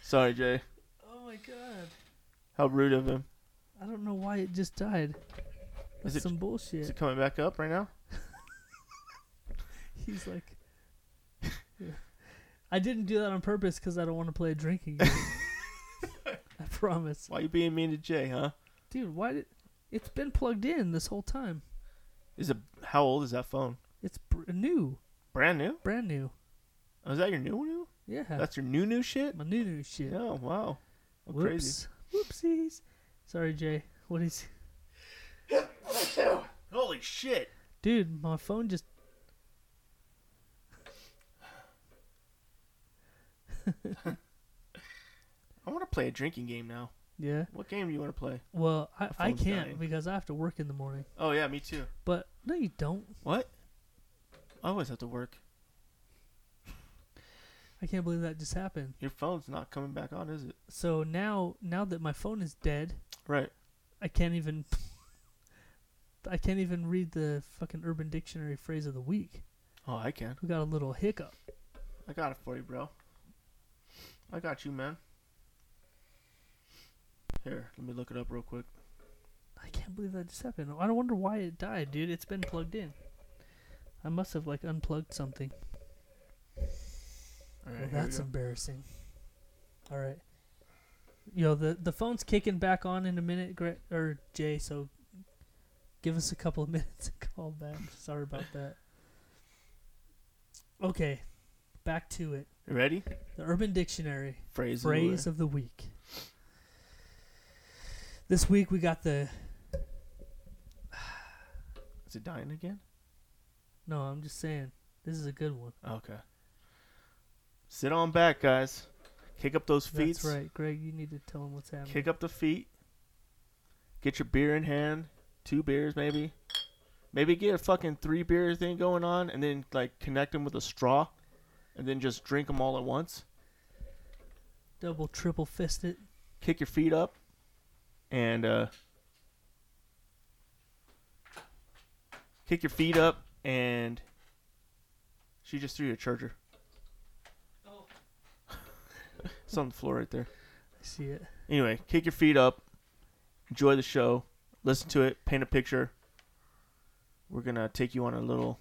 Speaker 1: Sorry, Jay.
Speaker 6: Oh my god.
Speaker 1: How rude of him.
Speaker 6: I don't know why it just died.
Speaker 1: Is
Speaker 6: That's
Speaker 1: it-
Speaker 6: some
Speaker 1: Is
Speaker 6: bullshit.
Speaker 1: it coming back up right now?
Speaker 6: He's like, [laughs] I didn't do that on purpose because I don't want to play a drinking game.
Speaker 1: [laughs]
Speaker 6: I promise,
Speaker 1: Why you being mean to Jay, huh?
Speaker 6: dude. Why did? It's been plugged in this whole time.
Speaker 1: Is it how old is that phone?
Speaker 6: It's br- new,
Speaker 1: Brand new?
Speaker 6: brand new.
Speaker 1: Oh, is that your new new?
Speaker 6: Yeah,
Speaker 1: That's your new new shit?
Speaker 6: my new new shit.
Speaker 1: Oh wow. Oh, crazy.
Speaker 6: Whoops, whoopsies. Sorry, Jay. What is,
Speaker 1: Holy shit.
Speaker 6: dude? My phone just.
Speaker 1: I want to play a drinking game now.
Speaker 6: Yeah.
Speaker 1: What game do you want to play?
Speaker 6: Well, I, I
Speaker 1: phone's
Speaker 6: can't
Speaker 1: dying.
Speaker 6: because I have to work in the morning.
Speaker 1: Oh yeah, me too.
Speaker 6: But no, you don't.
Speaker 1: What? I always have to work.
Speaker 6: I can't believe that just happened.
Speaker 1: Your phone's not coming back on, is it?
Speaker 6: So now, now that my phone is dead,
Speaker 1: Right.
Speaker 6: I can't even. [laughs] I can't even read the fucking Urban Dictionary phrase of the week.
Speaker 1: Oh, I can.
Speaker 6: We got a little hiccup.
Speaker 1: I got it for you, bro. I got you, man. Here, let me look it up real quick.
Speaker 6: I can't believe that just happened. I don't wonder why it died, dude. It's been plugged in. I must have like unplugged something.
Speaker 1: All right,
Speaker 6: Well,
Speaker 1: here we
Speaker 6: that's
Speaker 1: go.
Speaker 6: embarrassing. All right. Yo, the the phone's kicking back on in a minute, Gre- or Jay. So give us a couple of [laughs] minutes to call back.
Speaker 1: [laughs]
Speaker 6: Sorry about that. Okay, back to it.
Speaker 1: You ready?
Speaker 6: The Urban Dictionary
Speaker 1: Phrase.
Speaker 6: phrase
Speaker 1: Of
Speaker 6: of the week. This week we got the
Speaker 1: the... Is it dying again?
Speaker 6: no. I'm just saying this is a good one.
Speaker 1: Okay. Sit on back, guys. Kick up those feet.
Speaker 6: That's right, Greg. You need to tell him what's happening.
Speaker 1: Kick up the feet. Get your beer in hand. Two beers, maybe. Maybe get a fucking three beer thing going on, and then like connect them with a straw, and then just drink them all at once.
Speaker 6: Double, triple fist it.
Speaker 1: Kick your feet up, and uh, kick your feet up, and she just threw your charger. it's on the floor right there.
Speaker 6: I see it.
Speaker 1: Anyway, kick your feet up, enjoy the show, listen to it, paint a picture. We're gonna take you on a little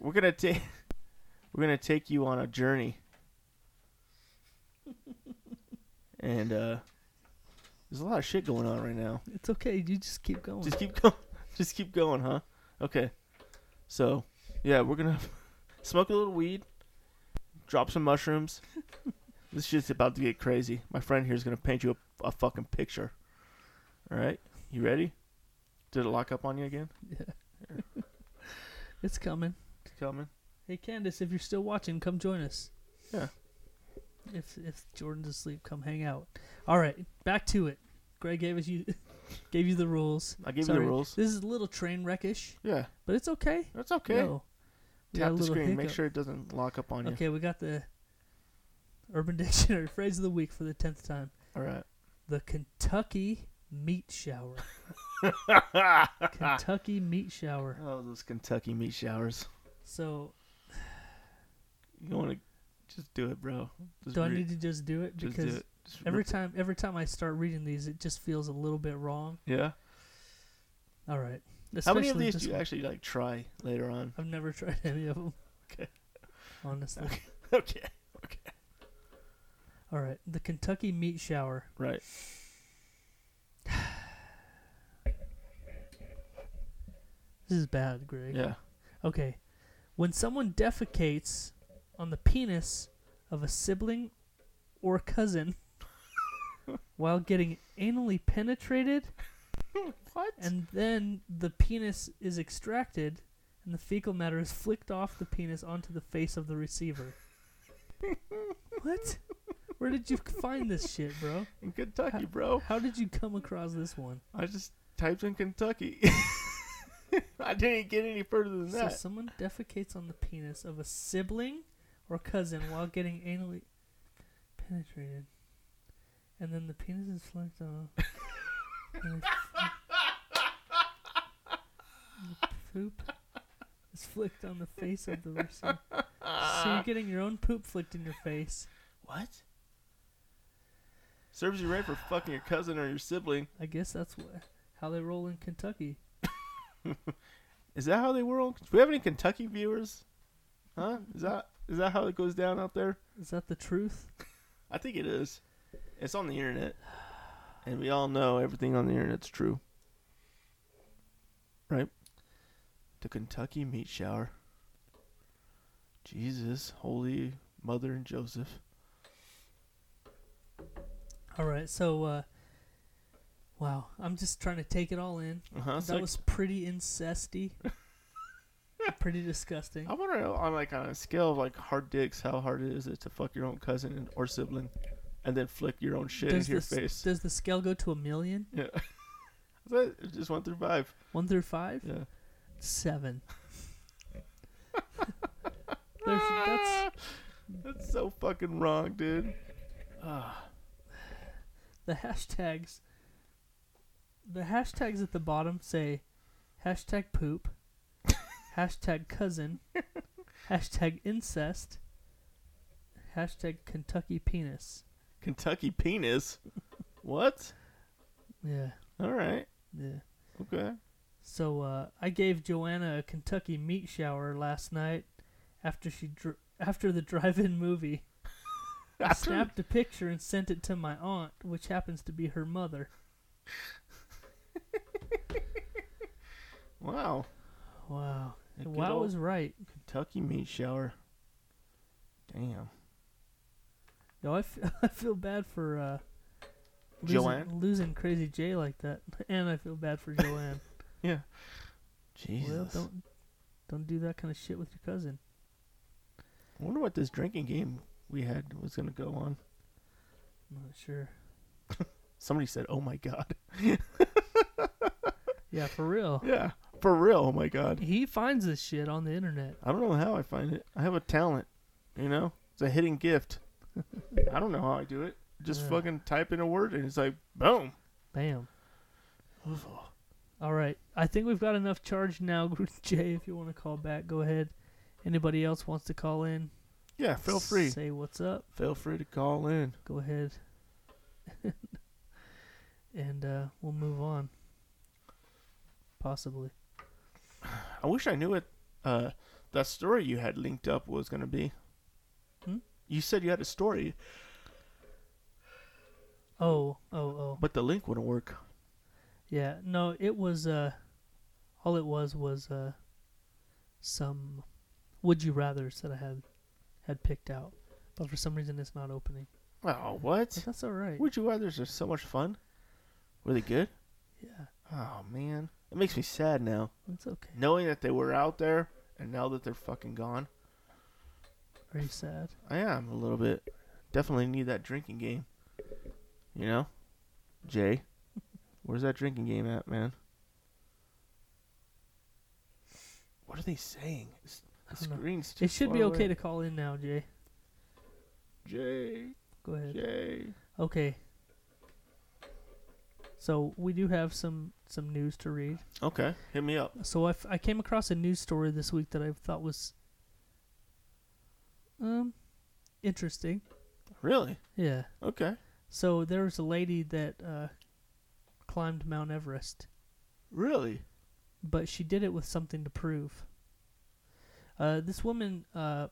Speaker 1: We're gonna take [laughs] we're gonna take you on a journey. and uh there's a lot of shit going on right now.
Speaker 6: It's okay. You just keep going.
Speaker 1: Just keep going. [laughs] Just keep going, huh? Okay. So, yeah, we're gonna [laughs] smoke a little weed, drop some [laughs] mushrooms. this shit's about to get crazy. My friend here's gonna paint you a, a fucking picture. All right, you ready? Did it lock up on you again?
Speaker 6: Yeah. it's coming.
Speaker 1: It's coming.
Speaker 6: Hey Candace, if you're still watching, come join us.
Speaker 1: Yeah.
Speaker 6: If if Jordan's asleep, come hang out. All right, back to it. Greg gave us you [laughs] gave you the rules.
Speaker 1: I gave you the rules.
Speaker 6: This is a little train wreckish.
Speaker 1: Yeah.
Speaker 6: But it's okay.
Speaker 1: That's okay.
Speaker 6: No. We got
Speaker 1: Tap
Speaker 6: a
Speaker 1: the
Speaker 6: little
Speaker 1: screen. Make
Speaker 6: hiccup.
Speaker 1: sure it doesn't lock up on you.
Speaker 6: Okay, we got the Urban [laughs] Dictionary phrase of the week for the tenth time.
Speaker 1: All right.
Speaker 6: The Kentucky meat
Speaker 1: [laughs]
Speaker 6: shower. Kentucky meat shower.
Speaker 1: Oh, those Kentucky meat showers.
Speaker 6: So
Speaker 1: You want to just do it, bro. Just
Speaker 6: do I
Speaker 1: re-
Speaker 6: need to just do it?
Speaker 1: just
Speaker 6: Because
Speaker 1: do it. Just
Speaker 6: every
Speaker 1: rip it.
Speaker 6: time every time I start reading these, it just feels a little bit wrong.
Speaker 1: Yeah.
Speaker 6: All right.
Speaker 1: How many of
Speaker 6: Especially
Speaker 1: these
Speaker 6: this
Speaker 1: do you
Speaker 6: one.
Speaker 1: actually like try later on?
Speaker 6: I've never [laughs] tried any of them.
Speaker 1: Okay.
Speaker 6: Honestly.
Speaker 1: [laughs] okay.
Speaker 6: All right. The Kentucky meat shower.
Speaker 1: Right.
Speaker 6: This is bad, Greg.
Speaker 1: Yeah.
Speaker 6: Okay. When someone defecates on the penis of a sibling or cousin while getting anally penetrated,
Speaker 1: what?
Speaker 6: And then the penis is extracted and the fecal matter is flicked off the penis onto the face of the receiver. what? Where did you find this shit, bro?
Speaker 1: In Kentucky, bro.
Speaker 6: How did you come across this one?
Speaker 1: I just typed in Kentucky. [laughs] I didn't get any further than
Speaker 6: So
Speaker 1: that.
Speaker 6: someone defecates on the penis of a sibling or cousin while getting anally penetrated, and then the penis is flicked off. And it's- the poop is flicked on the face of the receiver. So you're getting your own poop flicked in your face.
Speaker 1: What? Serves you right for fucking your cousin or your sibling.
Speaker 6: I guess that's what, how they roll in Kentucky.
Speaker 1: Is that how they roll? Do we have any Kentucky viewers? Huh? Is that is that how it goes down out there?
Speaker 6: Is that the truth?
Speaker 1: I think it is. It's on the internet, and we all know everything on the internet's true, right? The Kentucky meat shower. Jesus, holy mother and Joseph.
Speaker 6: All right, so uh, wow, I'm just trying to take it all in.
Speaker 1: Uh-huh,
Speaker 6: that
Speaker 1: so-
Speaker 6: was pretty
Speaker 1: [laughs]
Speaker 6: incesty, pretty disgusting.
Speaker 1: I wonder on like on a scale of like hard dicks, how hard is it to fuck your own cousin and- or sibling, and then flick your own shit
Speaker 6: does
Speaker 1: into your
Speaker 6: the s-
Speaker 1: face?
Speaker 6: Does the scale go to a million?
Speaker 1: [laughs] Yeah. Is that- it's just one through five.
Speaker 6: One through five?
Speaker 1: Yeah. [laughs]
Speaker 6: Seven. There's, that's
Speaker 1: that's so fucking wrong, dude.
Speaker 6: the hashtags. The hashtags at the bottom say hashtag
Speaker 1: [laughs]
Speaker 6: poop, hashtag cousin, hashtag incest, hashtag Kentucky penis.
Speaker 1: Kentucky penis. what?
Speaker 6: Yeah.
Speaker 1: All right.
Speaker 6: Yeah.
Speaker 1: Okay.
Speaker 6: So uh, I gave Joanna a Kentucky meat shower last night after she dr- after the drive-in movie. I
Speaker 1: After-
Speaker 6: snapped a picture and sent it to my aunt, which happens to be her mother.
Speaker 1: Wow.
Speaker 6: Wow.
Speaker 1: A good
Speaker 6: Wow
Speaker 1: old
Speaker 6: was right.
Speaker 1: Kentucky meat shower. Damn.
Speaker 6: Yo, I feel, [laughs] I feel bad for uh, losing,
Speaker 1: Joanne?
Speaker 6: losing Crazy J like that, [laughs] and I feel bad for Joanne.
Speaker 1: yeah.
Speaker 6: Well,
Speaker 1: [laughs] Jesus.
Speaker 6: don't don't do that kind of shit with your cousin.
Speaker 1: I wonder what this drinking game we had was gonna go on.
Speaker 6: I'm not sure.
Speaker 1: Somebody said, "Oh my god." [laughs]
Speaker 6: Yeah, for real.
Speaker 1: yeah. For real. Oh my god.
Speaker 6: He finds this shit on the internet.
Speaker 1: I don't know how I find it. I have a talent. You know, it's a hidden gift. [laughs] I don't know how I do it. Just
Speaker 6: Yeah.
Speaker 1: fucking type in a word and it's like, boom.
Speaker 6: Bam. All right. I think we've got enough charge now, [laughs] Jay. If you want to call back, go ahead. Anybody else wants to call in?
Speaker 1: Yeah, feel free.
Speaker 6: Say what's up.
Speaker 1: Feel free to call in.
Speaker 6: Go ahead. [laughs] and uh, we'll move on. Possibly.
Speaker 1: I wish I knew what uh, that story you had linked up was going to be.
Speaker 6: Hmm?
Speaker 1: You said you had a story,
Speaker 6: Oh, oh, oh.
Speaker 1: but the link wouldn't work.
Speaker 6: Yeah, no, it was uh all it was was uh some would you rathers that I had had picked out. But for some reason it's not opening.
Speaker 1: Oh, what?
Speaker 6: that's all right.
Speaker 1: [laughs] Would you rathers are so much fun? Were they good?
Speaker 6: Yeah.
Speaker 1: Oh man, it makes me sad now.
Speaker 6: It's okay.
Speaker 1: Knowing that they were out there, and now that they're fucking gone,
Speaker 6: Are you sad?
Speaker 1: I am a little bit. Definitely need that drinking game. You know, Jay, where's that drinking game at, man? What are they saying? It's- The
Speaker 6: I don't know.
Speaker 1: screen's too
Speaker 6: It should
Speaker 1: far
Speaker 6: be okay
Speaker 1: away.
Speaker 6: to call in now, Jay.
Speaker 1: Jay.
Speaker 6: Go ahead.
Speaker 1: Jay.
Speaker 6: Okay. So we do have some some news to read.
Speaker 1: Okay, hit me up.
Speaker 6: So I, f- I came across a news story this week that I thought was um interesting.
Speaker 1: Really?
Speaker 6: Yeah.
Speaker 1: Okay.
Speaker 6: So there was a lady that uh, climbed Mount Everest.
Speaker 1: Really?
Speaker 6: But she did it with something to prove. Uh, this woman uh,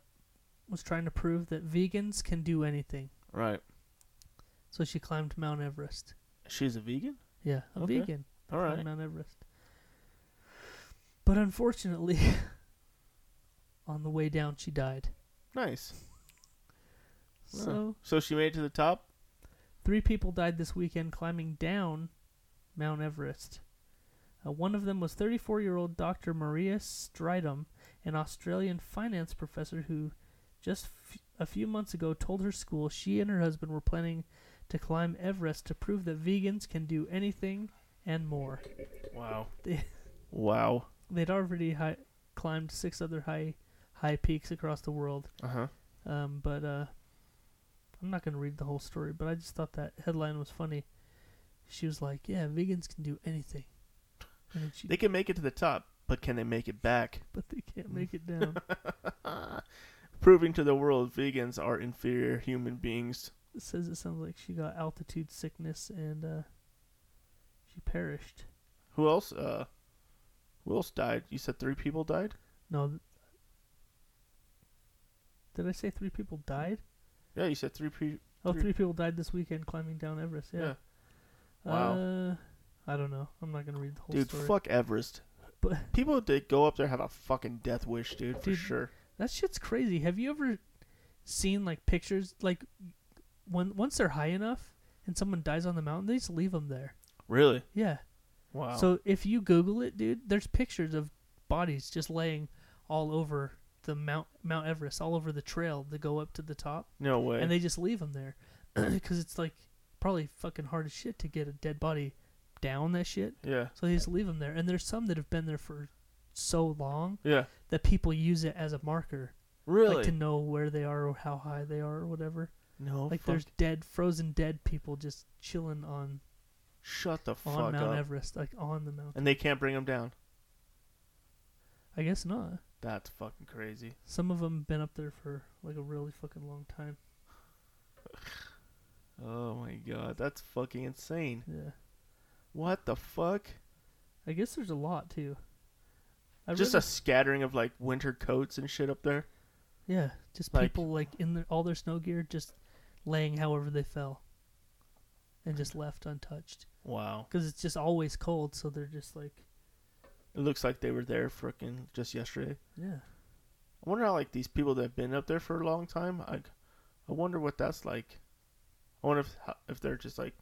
Speaker 6: was trying to prove that vegans can do anything.
Speaker 1: Right.
Speaker 6: So she climbed Mount Everest.
Speaker 1: She's a vegan.
Speaker 6: Yeah, a
Speaker 1: Okay.
Speaker 6: vegan.
Speaker 1: All
Speaker 6: climbed
Speaker 1: right.
Speaker 6: Mount Everest. But unfortunately, [laughs] on the way down, she died.
Speaker 1: Nice. Wow.
Speaker 6: So
Speaker 1: so she made it to the top.
Speaker 6: Three people died this weekend climbing down Mount Everest. Uh, one of them was 34 year old Dr. Maria Stridham, an Australian finance professor who just f- a few months ago told her school she and her husband were planning to climb Everest to prove that vegans can do anything and more.
Speaker 1: Wow.
Speaker 6: They-
Speaker 1: Wow.
Speaker 6: [laughs] They'd already hi- climbed six other high high peaks across the world.
Speaker 1: Uh-huh.
Speaker 6: Um, but uh, I'm not gonna read the whole story. But I just thought that headline was funny. She was like, "Yeah, vegans can do anything." And then she,
Speaker 1: They can make it to the top, but can they make it back?
Speaker 6: [laughs] but they can't make it down.
Speaker 1: [laughs] Proving to the world vegans are inferior human beings.
Speaker 6: it says it sounds like she got altitude sickness and uh, she perished.
Speaker 1: Who else? Uh, who else died? You said three people died.
Speaker 6: No. th- Did I say three people died?
Speaker 1: Yeah, you said three people.
Speaker 6: Oh, three people died this weekend climbing down Everest. Yeah.
Speaker 1: Wow.
Speaker 6: Uh, I don't know. I'm not gonna read the whole
Speaker 1: Dude,
Speaker 6: story.
Speaker 1: fuck Everest.
Speaker 6: But-
Speaker 1: people that go up there have a fucking death wish, dude, for
Speaker 6: Dude,
Speaker 1: sure.
Speaker 6: That shit's crazy. Have you ever seen like pictures like when once they're high enough and someone dies on the mountain, they just leave them there.
Speaker 1: Really?
Speaker 6: Yeah.
Speaker 1: Wow.
Speaker 6: So if you Google it, dude, there's pictures of bodies just laying all over the Mount Mount Everest, all over the trail to go up to the top.
Speaker 1: No way.
Speaker 6: And they just leave them there [clears throat] because it's like probably fucking hard as shit to get a dead body down that shit.
Speaker 1: Yeah.
Speaker 6: So they just leave them there, and there's some that have been there for so long
Speaker 1: Yeah.
Speaker 6: that people use it as a marker.
Speaker 1: Really?
Speaker 6: Like to know where they are or how high they are or whatever.
Speaker 1: No
Speaker 6: Like there's dead, frozen dead people just chilling on
Speaker 1: Shut the fuck
Speaker 6: on Mount
Speaker 1: up.
Speaker 6: Everest, like on the mountain.
Speaker 1: And they can't bring them down.
Speaker 6: I guess not.
Speaker 1: That's fucking crazy.
Speaker 6: Some of them been up there for like a really fucking long time.
Speaker 1: Oh my god, that's fucking insane.
Speaker 6: Yeah.
Speaker 1: What the fuck?
Speaker 6: I guess there's a lot too. I
Speaker 1: Just
Speaker 6: read
Speaker 1: a scattering of like winter coats and shit up there.
Speaker 6: that- yeah, just
Speaker 1: like-
Speaker 6: people like in their, all their snow gear, just laying however they fell, and just left untouched
Speaker 1: Wow.
Speaker 6: because it's just always cold, so they're just like
Speaker 1: It looks like they were there frickin' just yesterday.
Speaker 6: yeah.
Speaker 1: I wonder how like these people that have been up there for a long time. I, I wonder what that's like. I wonder if how- if they're just like,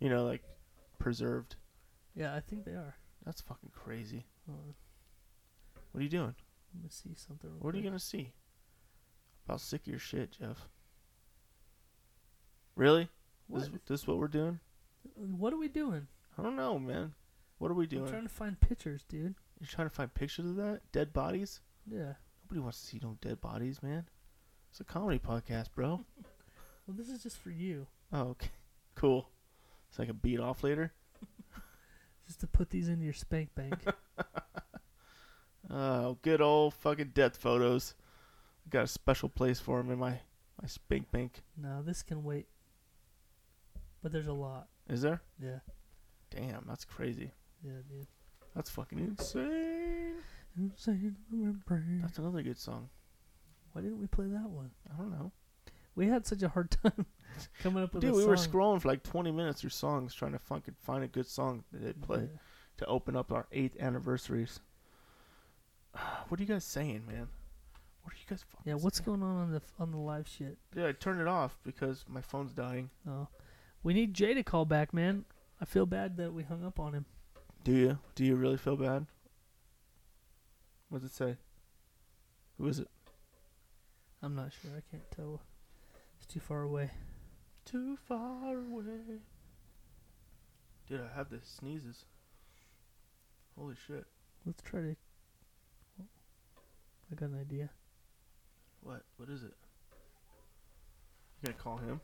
Speaker 1: you know, like preserved.
Speaker 6: Yeah, I think they are.
Speaker 1: That's fucking crazy.
Speaker 6: Hold on,
Speaker 1: What are you doing?
Speaker 6: let me see something. real
Speaker 1: What are you
Speaker 6: quick.
Speaker 1: gonna see? About sick of your shit, Jeff. Really? This
Speaker 6: What?
Speaker 1: this what we're doing?
Speaker 6: What are we doing?
Speaker 1: I don't know, man. What are we doing?
Speaker 6: I'm trying to find pictures, dude.
Speaker 1: You're trying to find pictures of that dead bodies.
Speaker 6: Yeah.
Speaker 1: Nobody wants to see no dead bodies, man. It's a comedy podcast, bro.
Speaker 6: Well, this is just for you,
Speaker 1: Oh, okay. [laughs] Cool. So I can beat off later.
Speaker 6: just to put these into your spank bank.
Speaker 1: [laughs] Oh, good old fucking death photos. I got a special place for them in my my spink bank.
Speaker 6: no, this can wait. But there's a lot.
Speaker 1: Is there?
Speaker 6: Yeah.
Speaker 1: Damn, that's crazy.
Speaker 6: Yeah, dude.
Speaker 1: That's fucking insane.
Speaker 6: That's
Speaker 1: another good song.
Speaker 6: Why didn't we play that one?
Speaker 1: I don't know.
Speaker 6: We had such a hard time [laughs] coming up with
Speaker 1: Dude,
Speaker 6: a
Speaker 1: we were
Speaker 6: song.
Speaker 1: scrolling for like 20 minutes through songs trying to fucking find a good song that they play
Speaker 6: Yeah.
Speaker 1: to open up our eighth anniversaries. [sighs] What are you guys saying, man? What are you guys fucking
Speaker 6: Yeah, what's going on on the on the live shit?
Speaker 1: Yeah, I turned it off because my phone's dying.
Speaker 6: Oh, we need Jay to call back, man. I feel bad that we hung up on him.
Speaker 1: Do you? Do you really feel bad? What does it say? Who is it?
Speaker 6: I'm not sure. I can't tell. It's too far away.
Speaker 1: Too far away. Dude, I have the sneezes. Holy shit.
Speaker 6: Let's try to. oh, I got an idea.
Speaker 1: What? What is it? You gonna call him?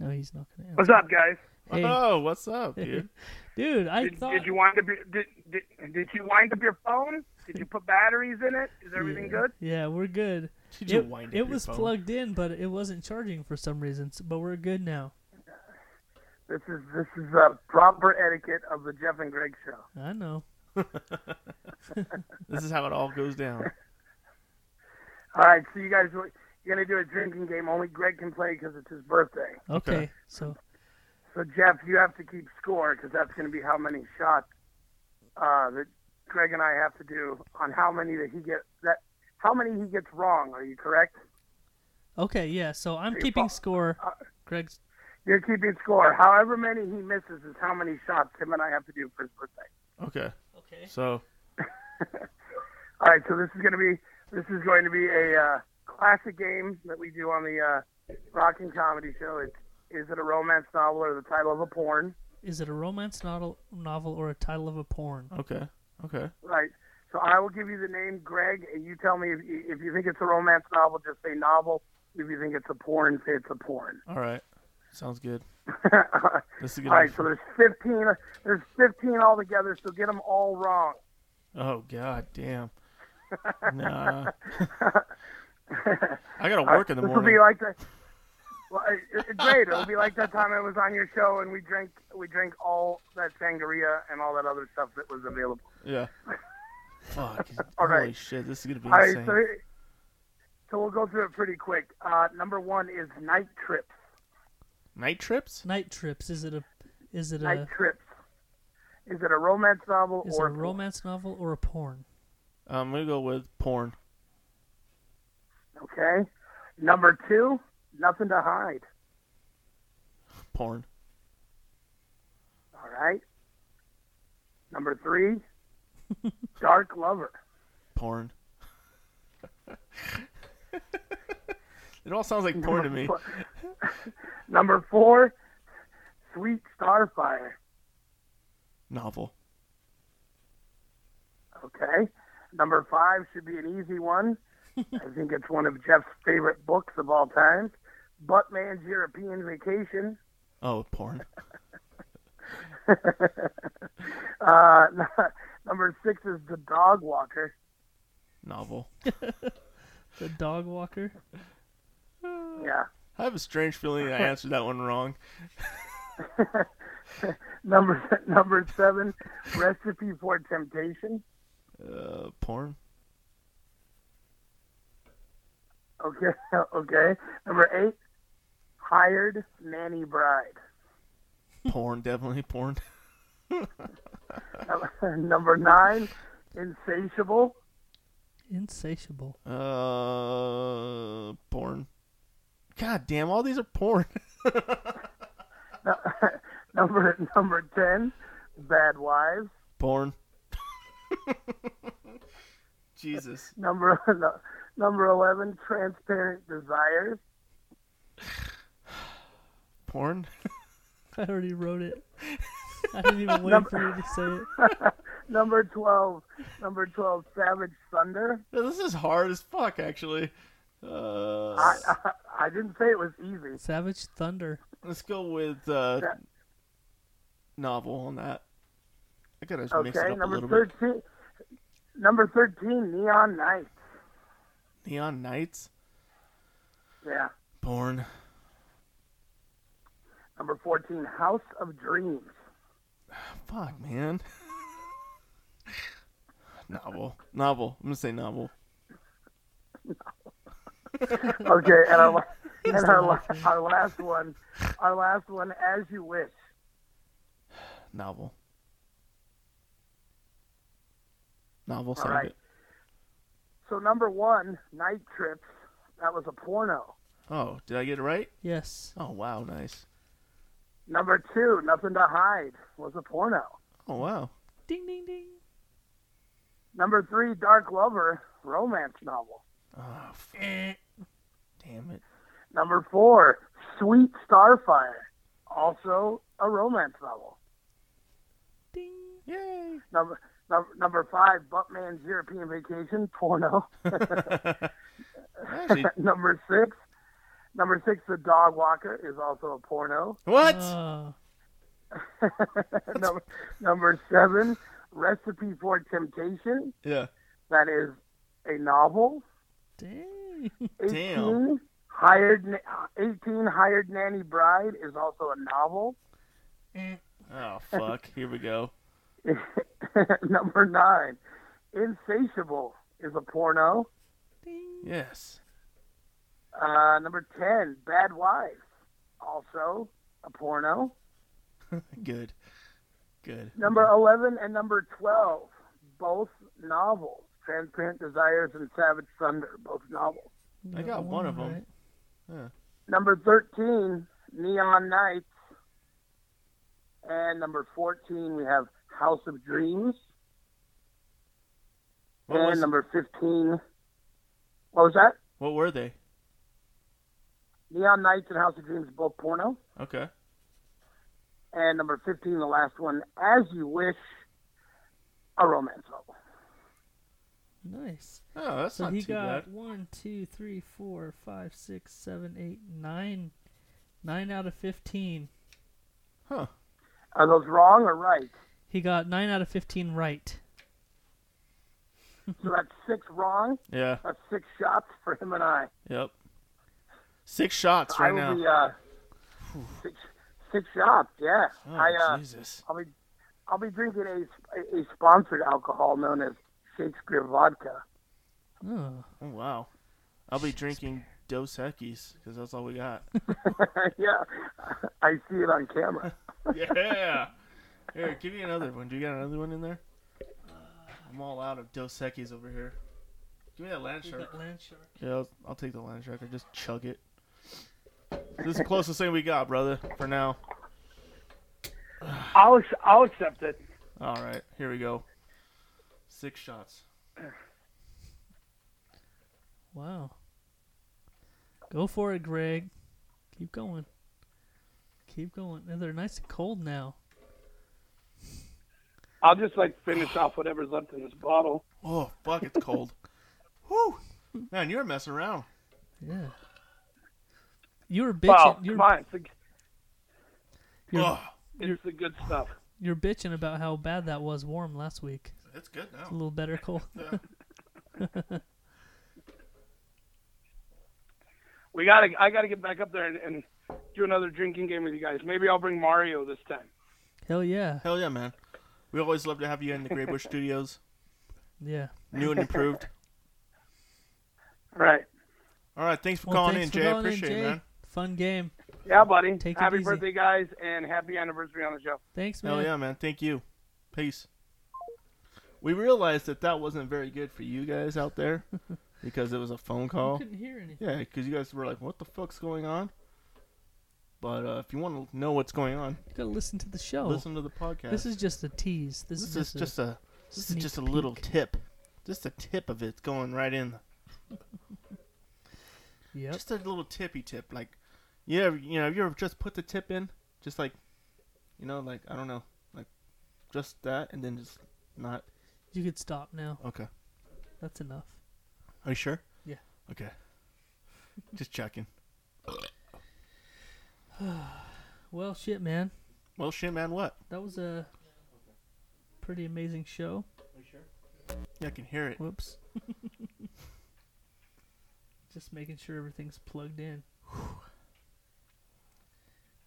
Speaker 6: No, he's not gonna.
Speaker 12: What's up, guys?
Speaker 1: Oh, what's up, dude?
Speaker 6: dude, I
Speaker 12: did,
Speaker 6: thought.
Speaker 12: Did you wind up? Your, did, did did you wind up your phone? Did you put batteries in it? Is everything
Speaker 6: yeah,
Speaker 12: good?
Speaker 6: Yeah, we're good.
Speaker 1: Did
Speaker 12: you
Speaker 6: it
Speaker 12: wind up
Speaker 6: it
Speaker 12: your
Speaker 6: was
Speaker 12: phone?
Speaker 6: plugged in, but it wasn't charging for some reason. s- But we're good now.
Speaker 12: This is this is a proper etiquette of the Jeff and Greg show.
Speaker 6: I know.
Speaker 1: This is how it all goes down.
Speaker 12: All right, so you guys, you're gonna do a drinking game. Only Greg can play because it's his birthday.
Speaker 6: Okay, so
Speaker 12: So Jeff, you have to keep score because that's gonna be how many shots uh, that Greg and I have to do on how many that he get that how many he gets wrong. Are you correct?
Speaker 6: okay, yeah. So I'm
Speaker 12: Hey, uh,
Speaker 6: keeping
Speaker 12: Paul,
Speaker 6: score. Greg's
Speaker 12: You're keeping score. However many he misses is how many shots him and I have to do for his birthday.
Speaker 1: Okay. Okay. So
Speaker 12: All right, so this is gonna be this is going to be a uh, classic game that we do on the uh, Rockin' Comedy Show. It's is it a romance novel or the title of a porn?
Speaker 6: is it a romance novel, novel or a title of a porn?
Speaker 1: Okay. Okay.
Speaker 12: Right. So I will give you the name Greg, and you tell me if, if you think it's a romance novel, just say novel. If you think it's a porn, say it's a porn. [laughs]
Speaker 1: all right. Sounds good. This is
Speaker 12: All
Speaker 1: gonna.
Speaker 12: right.
Speaker 1: be
Speaker 12: So
Speaker 1: fun.
Speaker 12: there's 15. There's 15 altogether. So get them all wrong.
Speaker 1: Oh god
Speaker 12: [laughs]
Speaker 1: damn. Nah. I gotta work
Speaker 12: [laughs]
Speaker 1: in the
Speaker 12: this
Speaker 1: morning.
Speaker 12: will be like the. Well, it, it's great. It'll be like that time I was on your show and we drank we drank all that sangria and all that other stuff that was available. [laughs]
Speaker 1: yeah. Fuck.
Speaker 12: All
Speaker 1: Holy
Speaker 12: right.
Speaker 1: shit. This is gonna be
Speaker 12: All right,
Speaker 1: insane.
Speaker 12: so, so we'll go through it pretty quick. Uh, number one is night trip.
Speaker 1: Night trips.
Speaker 6: Night trips. Is it a? Is it
Speaker 12: Night
Speaker 6: a?
Speaker 12: Trips. Is it a romance novel
Speaker 6: Is it
Speaker 12: or
Speaker 6: a romance novel or a porn?
Speaker 1: I'm gonna Um, go with porn.
Speaker 12: okay? Number two, nothing to hide.
Speaker 1: Porn.
Speaker 12: All right. Number
Speaker 6: [laughs]
Speaker 12: three, dark lover.
Speaker 1: Porn. [laughs] it all sounds like porn to
Speaker 12: [laughs]
Speaker 1: me.
Speaker 12: Number four, sweet starfire.
Speaker 1: Novel.
Speaker 12: Okay. Number five should be an
Speaker 1: [laughs]
Speaker 12: easy one. I think it's one of Jeff's favorite books of all time, Buttman's European Vacation. [laughs]
Speaker 1: Oh, porn.
Speaker 12: Uh, [laughs] number six is The Dog Walker.
Speaker 1: Novel.
Speaker 6: The dog walker.
Speaker 12: Yeah.
Speaker 1: I have a strange feeling I answered that one wrong.
Speaker 12: Number [laughs] number seven, recipe for temptation.
Speaker 1: Uh, porn.
Speaker 12: Okay, [laughs] okay. Number eight, hired nanny bride.
Speaker 1: Porn. Definitely porn.
Speaker 12: [laughs] number nine, insatiable.
Speaker 6: Insatiable. [laughs]
Speaker 1: Uh, porn. God damn! All these are porn. [laughs]
Speaker 12: Number [laughs] number ten, bad wives.
Speaker 1: Porn. [laughs] Jesus.
Speaker 12: Number [laughs] no, number eleven, transparent desires.
Speaker 1: Porn.
Speaker 6: I already wrote it. I didn't even wait
Speaker 12: Number-
Speaker 6: for you to say it.
Speaker 12: Number twelve, number twelve, savage thunder.
Speaker 1: This is hard as fuck, actually. Uh,
Speaker 12: I, I I didn't say it was easy.
Speaker 6: Savage Thunder.
Speaker 1: let's go with uh,
Speaker 12: That-
Speaker 1: novel on that. I gotta mix it
Speaker 12: Okay,
Speaker 1: up a
Speaker 12: number
Speaker 1: little bit.
Speaker 12: thirteen. Number thirteen, neon night.
Speaker 1: Neon Knights.
Speaker 12: Yeah.
Speaker 1: Born.
Speaker 12: Number 14, House of Dreams.
Speaker 1: Fuck, man. novel. Novel. I'm gonna say novel.
Speaker 12: [laughs] Okay, and our, la- and
Speaker 1: [laughs] He's
Speaker 12: our,
Speaker 1: the
Speaker 12: la- our last one, our last one, As You Wish.
Speaker 1: Novel. Novel
Speaker 12: All
Speaker 1: sound
Speaker 12: right.
Speaker 1: good.
Speaker 12: So number one, Night Trips. That was a porno.
Speaker 1: Oh, did I get it right?
Speaker 6: Yes.
Speaker 1: Oh wow, nice.
Speaker 12: Number two, Nothing to Hide was a porno.
Speaker 1: Oh wow.
Speaker 6: Ding ding ding.
Speaker 12: Number three, Dark Lover, romance novel.
Speaker 1: Oh, f- damn it.
Speaker 12: Number four, Sweet Starfire, also a romance novel.
Speaker 1: Ding. Yay.
Speaker 12: Number number, number five, Buttman's European Vacation porno.
Speaker 1: [laughs]
Speaker 12: [laughs]
Speaker 1: Actually-
Speaker 12: number six, number six, The Dog Walker is also a porno. [laughs]
Speaker 1: What?
Speaker 6: Uh.
Speaker 12: number, number seven, Recipe for Temptation.
Speaker 1: Yeah.
Speaker 12: That is a novel.
Speaker 6: Dang.
Speaker 12: 18,
Speaker 1: Damn.
Speaker 12: Hired, Na- 18 Hired Nanny Bride is also a novel.
Speaker 1: Oh fuck. Here we go.
Speaker 12: [laughs] Number nine, Insatiable is a porno.
Speaker 1: Yes. [laughs]
Speaker 12: Uh, number 10, Bad Wife, also a porno.
Speaker 1: Good. Good.
Speaker 12: Number 11 and number 12, both novels. Transparent Desires and Savage Thunder, both novels.
Speaker 1: I got one of them.
Speaker 12: Number 13, Neon Nights. And number 14, we have House of Dreams.
Speaker 1: What
Speaker 12: and
Speaker 1: was-
Speaker 12: number 15, what was that?
Speaker 1: What were they?
Speaker 12: Neon Nights and House of Dreams, both porno.
Speaker 1: Okay.
Speaker 12: And number 15, the last one, As You Wish, a romance novel.
Speaker 6: Nice.
Speaker 1: Oh, that's
Speaker 6: so
Speaker 1: not
Speaker 6: he
Speaker 1: too
Speaker 6: got
Speaker 1: bad.
Speaker 6: one, two, three, four, five, six, seven, eight, nine, nine out of fifteen.
Speaker 1: Huh.
Speaker 12: Are those wrong or right?
Speaker 6: He got nine out of fifteen right.
Speaker 12: So that's six wrong.
Speaker 1: Yeah.
Speaker 12: That's six shots for him and I.
Speaker 1: Yep. Six shots
Speaker 12: I
Speaker 1: right
Speaker 12: will
Speaker 1: now.
Speaker 12: be uh, six, six shots. Yeah.
Speaker 1: Oh,
Speaker 12: I, uh,
Speaker 1: Jesus.
Speaker 12: I'll be I'll be drinking a a sponsored alcohol known as Shakespeare vodka.
Speaker 6: Oh.
Speaker 1: wow. I'll be drinking Dos Equis because that's all we got.
Speaker 12: [laughs] yeah, [laughs] I see it on camera.
Speaker 1: [laughs] yeah. Here, give me another one. Do you got another one in there? Uh, I'm all out of Dos Equis over here. Give me that land shark. Yeah, I'll, I'll take the land shark. I just chug it. This is the closest thing we got, brother, for now.
Speaker 13: I'll I'll accept it.
Speaker 1: All right, here we go. Six shots.
Speaker 6: Wow. Go for it, Greg. Keep going. Keep going. And they're nice and cold now.
Speaker 13: I'll just like finish off whatever's left in this bottle.
Speaker 1: Oh, fuck, it's cold.
Speaker 12: [laughs]
Speaker 1: Whew. Man, you were messing around.
Speaker 6: Yeah. You were bitching.
Speaker 13: Wow,
Speaker 6: you
Speaker 13: come
Speaker 6: were,
Speaker 13: on, it's the,
Speaker 6: you were,
Speaker 1: Oh,
Speaker 13: it's the good stuff.
Speaker 6: you were bitching about how bad that was warm last week.
Speaker 1: It's good now.
Speaker 6: It's a little better cold.
Speaker 13: We gotta I gotta get back up there and, and do another drinking game with you guys. Maybe I'll bring Mario this time.
Speaker 6: Hell yeah.
Speaker 1: Hell yeah, man. We always love to have you in the Grey Bush Studios.
Speaker 6: Yeah.
Speaker 1: New and improved.
Speaker 13: Right.
Speaker 1: All right, thanks for
Speaker 6: Well,
Speaker 1: calling
Speaker 6: thanks
Speaker 1: in,
Speaker 6: for
Speaker 1: Jay.
Speaker 6: calling in,
Speaker 1: Appreciate
Speaker 6: Jay.
Speaker 1: it, man.
Speaker 6: Fun game.
Speaker 13: Yeah, buddy.
Speaker 6: Take it
Speaker 13: happy
Speaker 6: easy.
Speaker 13: birthday, guys, and happy anniversary on the show.
Speaker 6: Thanks,
Speaker 1: Hell yeah, man. Thank you. Peace. We realized that that wasn't very good for you guys out
Speaker 6: [laughs]
Speaker 1: there because it was a phone call.
Speaker 6: couldn't hear anything.
Speaker 1: Yeah, because you guys were like, what the fuck's going on? But uh, if you want to know what's going on,
Speaker 6: You gotta listen to the show.
Speaker 1: listen to the podcast.
Speaker 6: Oh. This is just a tease. This,
Speaker 1: This
Speaker 6: is just, a,
Speaker 1: this is just a little tip. Just a tip of it going right in.
Speaker 6: Yep.
Speaker 1: Just a little tippy tip. Like, you ever, you know, have you ever just put the tip in? Just like, you know, like, I don't know. Like, just that and then just not.
Speaker 6: You could stop now.
Speaker 1: Okay.
Speaker 6: That's enough.
Speaker 1: Are you sure?
Speaker 6: Yeah.
Speaker 1: Okay. Just checking.
Speaker 6: Well, shit, man.
Speaker 1: Well, shit, man, what?
Speaker 6: That was a pretty amazing show.
Speaker 1: Yeah, I can hear it.
Speaker 6: Whoops. [laughs] Just making sure everything's plugged in.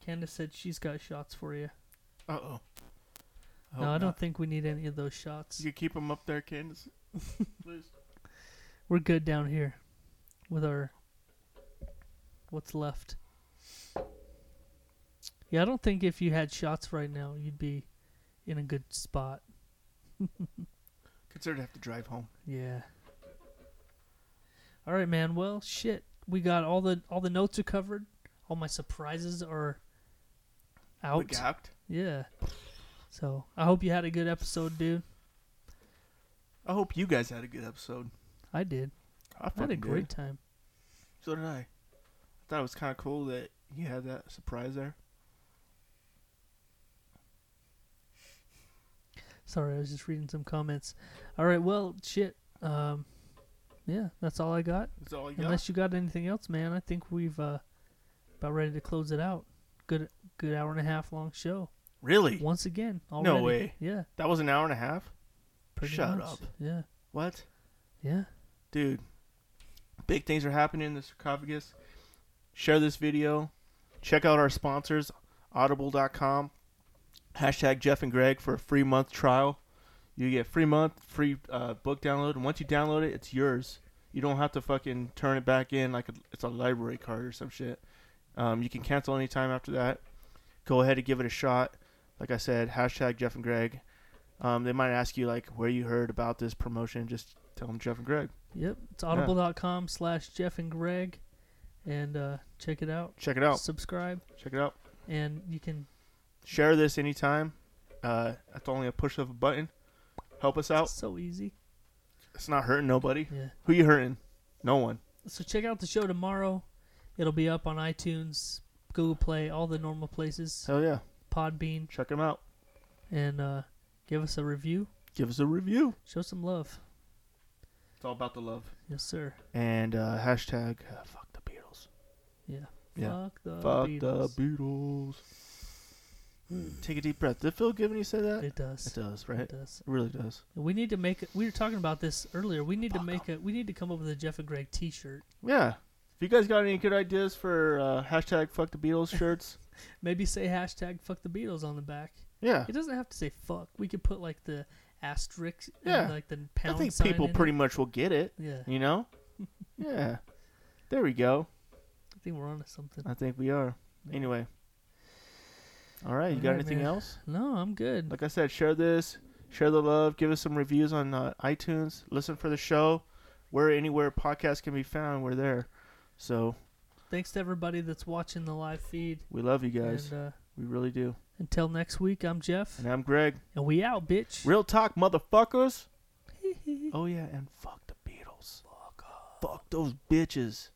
Speaker 6: Candace said she's got shots for you.
Speaker 1: Uh oh.
Speaker 6: No, I don't think we need any of those shots.
Speaker 1: You keep them up there, Candace. [laughs] Please.
Speaker 6: We're good down here with our what's left. Yeah, I don't think if you had shots right now, you'd be in a good spot.
Speaker 1: Consider to have to drive home.
Speaker 6: Yeah. All right, man. Well, shit. We got all the all the notes are covered. All my surprises are out.
Speaker 1: We gapped.
Speaker 6: Yeah. So I hope you had a good episode, dude.
Speaker 1: I hope you guys had a good episode.
Speaker 6: I did.
Speaker 1: I,
Speaker 6: had a
Speaker 1: fucking
Speaker 6: great
Speaker 1: did.
Speaker 6: time.
Speaker 1: So did I. I thought it was kind of cool that you had that surprise there.
Speaker 6: Sorry, I was just reading some comments. All right. Well, shit. Um, yeah, that's all I got.
Speaker 1: That's all you
Speaker 6: Unless you got anything else, man. I think we've uh, about ready to close it out. Good, good hour and a half long show.
Speaker 1: Really?
Speaker 6: Once again. Already.
Speaker 1: No way.
Speaker 6: Yeah.
Speaker 1: That was an hour and a half?
Speaker 6: Pretty
Speaker 1: Shut
Speaker 6: much,
Speaker 1: up.
Speaker 6: Yeah.
Speaker 1: What?
Speaker 6: Yeah.
Speaker 1: Dude, big things are happening in the sarcophagus. Share this video. Check out our sponsors, audible.com. Hashtag Jeff and Greg for a free month trial. You get free month, free uh, book download, and once you download it, it's yours. You don't have to fucking turn it back in like a, it's a library card or some shit. Um, you can cancel anytime after that. Go ahead and give it a shot. Like I said, hashtag Jeff and Greg. Um, they might ask you like where you heard about this promotion. Just tell them Jeff and Greg.
Speaker 6: Yep. It's
Speaker 1: Yeah.
Speaker 6: audible.com slash Jeff and Greg. And uh, check it out.
Speaker 1: Check it out.
Speaker 6: Subscribe.
Speaker 1: Check it out.
Speaker 6: And you can
Speaker 1: Share this anytime. Uh, that's only a push of a button. Help us out.
Speaker 6: So easy.
Speaker 1: It's not hurting nobody.
Speaker 6: Yeah.
Speaker 1: Who you hurting? No one.
Speaker 6: so check out the show tomorrow. It'll be up on iTunes, Google Play, all the normal places.
Speaker 1: Hell yeah.
Speaker 6: Podbean.
Speaker 1: Check them out.
Speaker 6: And uh, give us a review.
Speaker 1: Give us a review.
Speaker 6: Show some love.
Speaker 1: It's all about the love.
Speaker 6: Yes, sir.
Speaker 1: And uh, hashtag uh, fuck the Beatles.
Speaker 6: Yeah.
Speaker 1: Yeah.
Speaker 6: Fuck the
Speaker 1: fuck
Speaker 6: Beatles.
Speaker 1: the Beatles. Take a deep breath. Did it feel good when you say that?
Speaker 6: It does.
Speaker 1: It does, right?
Speaker 6: It does.
Speaker 1: It really does.
Speaker 6: We need to make. We were talking about this earlier. We need to make a. We need to come up with a Jeff and Greg T-shirt.
Speaker 1: Yeah. If you guys got any good ideas for uh, hashtag fuck the Beatles shirts,
Speaker 6: Maybe say hashtag fuck the Beatles on the back.
Speaker 1: [laughs] Yeah.
Speaker 6: It doesn't have to say fuck. We could put like the asterisk.
Speaker 1: Yeah.
Speaker 6: And, like the pound
Speaker 1: I think
Speaker 6: sign
Speaker 1: people
Speaker 6: in
Speaker 1: pretty
Speaker 6: it.
Speaker 1: much will get it.
Speaker 6: Yeah.
Speaker 1: You know? [laughs] yeah. There we go.
Speaker 6: I think we're onto something.
Speaker 1: I think we are. Anyway. All right. You got
Speaker 6: All right,
Speaker 1: anything
Speaker 6: man.
Speaker 1: else?
Speaker 6: No, I'm good.
Speaker 1: Like I said, share this, share the love, give us some reviews on uh, iTunes, listen for the show. We're anywhere podcasts can be found. We're there. So
Speaker 6: Thanks to everybody that's watching the live feed.
Speaker 1: we love you guys.
Speaker 6: And, uh,
Speaker 1: we really do.
Speaker 6: Until next week, I'm Jeff.
Speaker 1: And I'm Greg.
Speaker 6: And we out, bitch.
Speaker 1: Real talk,
Speaker 6: [laughs]
Speaker 1: motherfuckers. oh, yeah. And fuck the Beatles. Fuck those bitches.